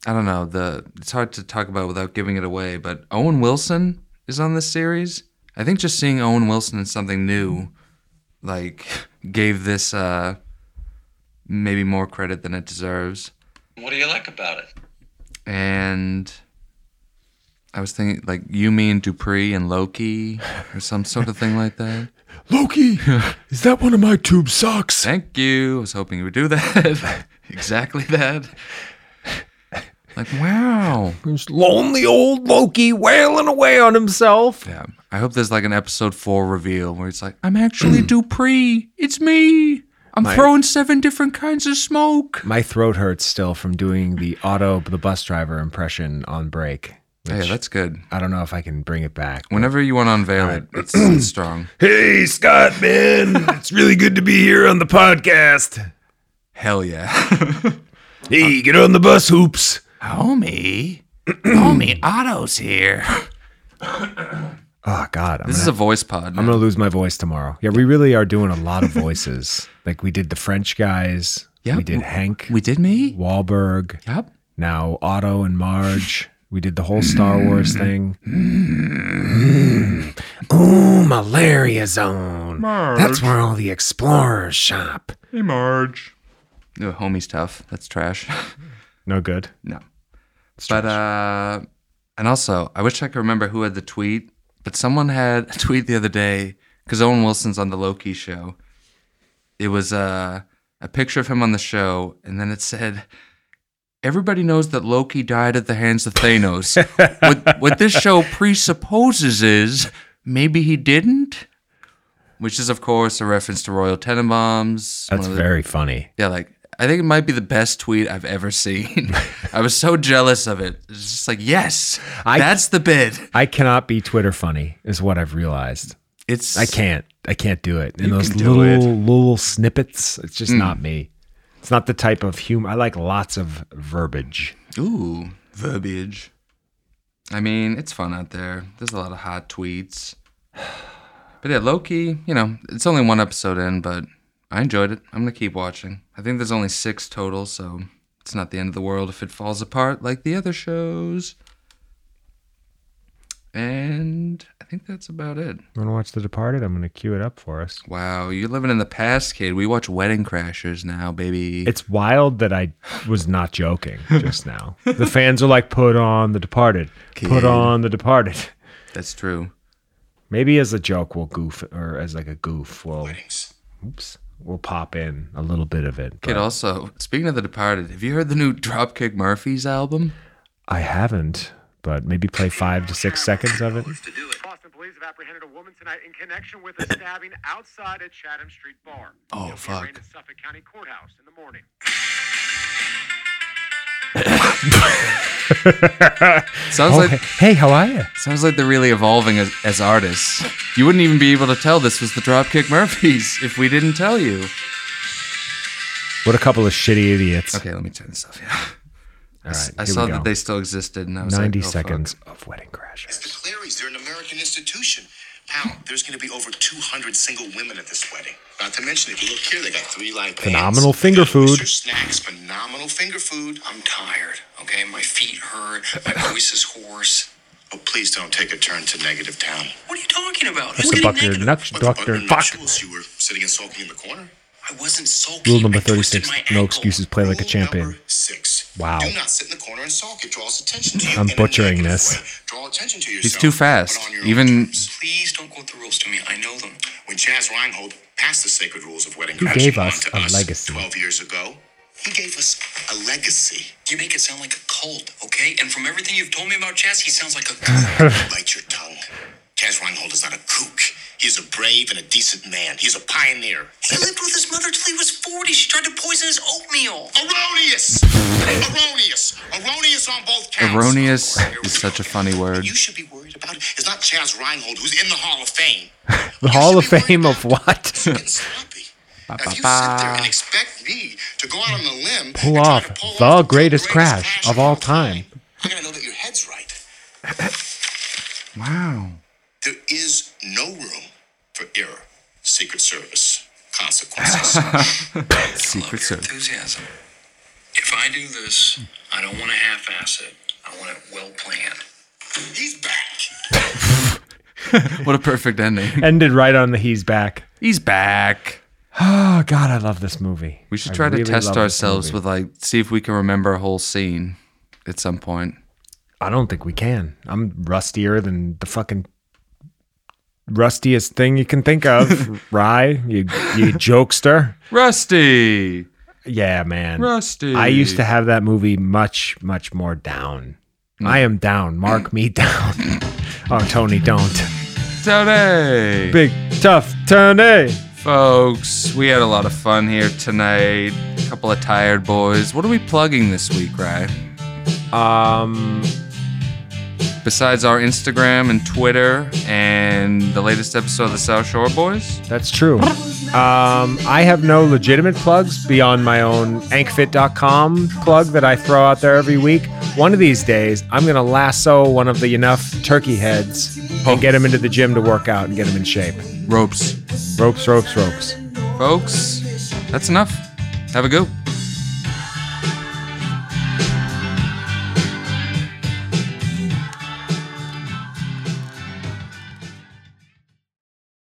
Speaker 5: I don't know, the it's hard to talk about without giving it away, but Owen Wilson is on this series. I think just seeing Owen Wilson in something new like gave this uh maybe more credit than it deserves
Speaker 8: What do you like about it?
Speaker 5: and I was thinking like you mean Dupree and Loki or some sort of thing like that.
Speaker 6: Loki, is that one of my tube socks?
Speaker 5: Thank you. I was hoping you would do that. exactly that. Like wow.
Speaker 6: There's lonely old Loki wailing away on himself.
Speaker 5: Yeah. I hope there's like an episode four reveal where it's like, I'm actually Dupree. It's me. I'm throwing seven different kinds of smoke.
Speaker 6: My throat hurts still from doing the auto, the bus driver impression on break.
Speaker 5: Yeah, that's good.
Speaker 6: I don't know if I can bring it back.
Speaker 5: Whenever you want to unveil it, it's, it's strong.
Speaker 6: Hey, Scott, man, it's really good to be here on the podcast.
Speaker 5: Hell yeah.
Speaker 6: Hey, get on the bus, hoops.
Speaker 5: Homie. Homie Otto's here.
Speaker 6: Oh God, I'm
Speaker 5: This is
Speaker 6: gonna,
Speaker 5: a voice pod.
Speaker 6: I'm gonna lose my voice tomorrow. Yeah, we really are doing a lot of voices. like we did the French guys.
Speaker 5: Yeah,
Speaker 6: we did
Speaker 5: we-
Speaker 6: Hank
Speaker 5: we did me.
Speaker 6: Wahlberg.
Speaker 5: Yep.
Speaker 6: Now Otto and Marge. We did the whole Star Wars thing. Ooh, malaria zone. That's where all the explorers shop.
Speaker 5: Hey, Marge. No, homie's tough. That's trash.
Speaker 6: No good.
Speaker 5: no. But uh, and also, I wish I could remember who had the tweet. But someone had a tweet the other day because Owen Wilson's on the Loki show. It was uh, a picture of him on the show, and then it said, "Everybody knows that Loki died at the hands of Thanos. what, what this show presupposes is maybe he didn't." Which is, of course, a reference to Royal Tenenbaums. one
Speaker 6: That's
Speaker 5: of the-
Speaker 6: very funny.
Speaker 5: yeah, like I think it might be the best tweet I've ever seen. I was so jealous of it. It's just like, yes,
Speaker 6: I-
Speaker 5: that's the bid.
Speaker 6: I cannot be Twitter funny, is what I've realized.
Speaker 5: It's
Speaker 6: I can't. I can't do it. And those
Speaker 5: can do
Speaker 6: little
Speaker 5: it.
Speaker 6: little snippets, it's just not me. It's not the type of humor. I like lots of verbiage.
Speaker 5: Ooh, verbiage. I mean, it's fun out there. There's a lot of hot tweets. But yeah, Loki, you know, it's only one episode in, but I enjoyed it. I'm going to keep watching. I think there's only six total, so it's not the end of the world if it falls apart like the other shows. And I think that's about it.
Speaker 6: Want to watch The Departed? I'm going to cue it up for us.
Speaker 5: Wow, you're living in the past, kid. We watch Wedding Crashers now, baby.
Speaker 6: It's wild that I was not joking just now. the fans are like, "Put on The Departed. Put
Speaker 5: Kid.
Speaker 6: on The Departed."
Speaker 5: That's true.
Speaker 6: Maybe as a joke, we'll goof, or as like a goof, we'll, oops, we'll pop in a little bit of it.
Speaker 5: Kid,
Speaker 6: but
Speaker 5: also, speaking of The Departed, have you heard the new Dropkick Murphys album?
Speaker 6: I haven't, but maybe play five to six seconds of it.
Speaker 2: Boston police have apprehended a woman tonight in connection with a stabbing outside a Chatham Street bar.
Speaker 5: Oh, fuck.
Speaker 2: Arraigned at Suffolk County Courthouse in the morning.
Speaker 5: Sounds
Speaker 6: Oh,
Speaker 5: like
Speaker 6: hey, hey, how are you?
Speaker 5: sounds like they're really evolving as, as artists. You wouldn't even be able to tell this was the Dropkick Murphys if we didn't tell you.
Speaker 6: What a couple of shitty idiots.
Speaker 5: Okay, let me turn this off. Yeah.
Speaker 6: All right,
Speaker 5: I
Speaker 6: here
Speaker 5: saw
Speaker 6: we
Speaker 5: that
Speaker 6: go.
Speaker 5: they still existed, and I was
Speaker 6: 90
Speaker 5: like, oh, fuck.
Speaker 6: seconds of Wedding Crashers.
Speaker 7: The Clarys, they're an American institution. Pound, there's going to be over 200 single women at this wedding. Not to mention, if you look here, they got three line bands.
Speaker 6: Phenomenal finger
Speaker 7: They got oyster
Speaker 6: food.
Speaker 7: Snacks, phenomenal finger food. I'm tired, okay? My feet hurt. My voice is hoarse. Oh, please don't take a turn to negative town.
Speaker 9: What are you talking about?
Speaker 6: Mr.
Speaker 9: getting
Speaker 6: Buck, your
Speaker 9: negative.
Speaker 6: nux-
Speaker 7: But
Speaker 6: Doctor
Speaker 7: under
Speaker 6: Fuck.
Speaker 7: nuptials, You were sitting and sulking in the corner.
Speaker 9: I wasn't sulky.
Speaker 6: Rule number
Speaker 9: I twisted
Speaker 6: 36,
Speaker 9: my
Speaker 6: no
Speaker 9: ankle.
Speaker 6: excuses, play like a
Speaker 7: Rule
Speaker 6: champion.
Speaker 7: number Six.
Speaker 6: Wow.
Speaker 7: Do not sit in the corner and sulk. It draws attention to you.
Speaker 6: I'm
Speaker 7: in a
Speaker 6: butchering
Speaker 7: negative
Speaker 6: this.
Speaker 7: way. Draw attention to yourself.
Speaker 5: too fast.
Speaker 7: but on your own
Speaker 5: Even-
Speaker 7: terms.
Speaker 9: Please don't go through rules to me. I know them.
Speaker 7: When Chaz Reinhold passed the sacred rules of wedding
Speaker 6: He
Speaker 7: crashing
Speaker 6: gave us
Speaker 7: on to
Speaker 6: a legacy.
Speaker 7: 12 years ago, he gave us a legacy.
Speaker 9: You make it sound like a cult, okay? And from everything you've told me about Chaz, he sounds like a kook.
Speaker 7: Bite your tongue. Chaz Reinhold is not a kook. He is a brave and a decent man. He is a pioneer.
Speaker 9: he lived with his mother till he was 40. She tried to poison his oatmeal.
Speaker 7: Erroneous! Erroneous! Erroneous on both counts.
Speaker 5: Erroneous
Speaker 7: Here we
Speaker 5: is
Speaker 7: go
Speaker 5: such a
Speaker 7: again.
Speaker 5: funny
Speaker 7: What
Speaker 5: word.
Speaker 7: You should be worried about is not Chaz Reinhold, who's in the Hall of Fame.
Speaker 6: The Hall of Fame of what?
Speaker 7: Getting sloppy. Now, If you sit there and expect me to go out on a limb,
Speaker 6: Pull
Speaker 7: and try
Speaker 6: off
Speaker 7: to pull
Speaker 6: the
Speaker 7: off
Speaker 6: greatest crash of all time.
Speaker 7: I gotta know that your head's right.
Speaker 5: Wow.
Speaker 7: There is no room for error. Secret Service consequences.
Speaker 5: Secret Service.
Speaker 9: Enthusiasm. If I do this, I don't want to half-ass it. I want it well planned.
Speaker 7: He's back.
Speaker 5: What a perfect ending.
Speaker 6: Ended right on the he's back.
Speaker 5: He's back.
Speaker 6: Oh, God, I love this movie.
Speaker 5: We should
Speaker 6: I
Speaker 5: try
Speaker 6: really
Speaker 5: to test
Speaker 6: love this
Speaker 5: ourselves with
Speaker 6: movie.
Speaker 5: like see if we can remember a whole scene at some point.
Speaker 6: I don't think we can. I'm rustier than the fucking rustiest thing you can think of. Rye, you, you jokester.
Speaker 5: Rusty.
Speaker 6: Yeah, man.
Speaker 5: Rusty.
Speaker 6: I used to have that movie much, much more down.
Speaker 5: Mm.
Speaker 6: I am down. Mark me down. oh, Tony, don't.
Speaker 5: today.
Speaker 6: Big tough eh? Tony.
Speaker 5: folks, we had a lot of fun here tonight. A couple of tired boys. What are we plugging this week, Ryan?
Speaker 6: Um,
Speaker 5: Besides our Instagram and Twitter and the latest episode of the South Shore Boys?
Speaker 6: that's true. Um, I have no legitimate plugs beyond my own ankfit.com plug that I throw out there every week. One of these days, I'm going to lasso one of the enough turkey heads and get him into the gym to work out and get him in shape.
Speaker 5: Ropes.
Speaker 6: Ropes, ropes, ropes.
Speaker 5: Folks, that's enough. Have a go.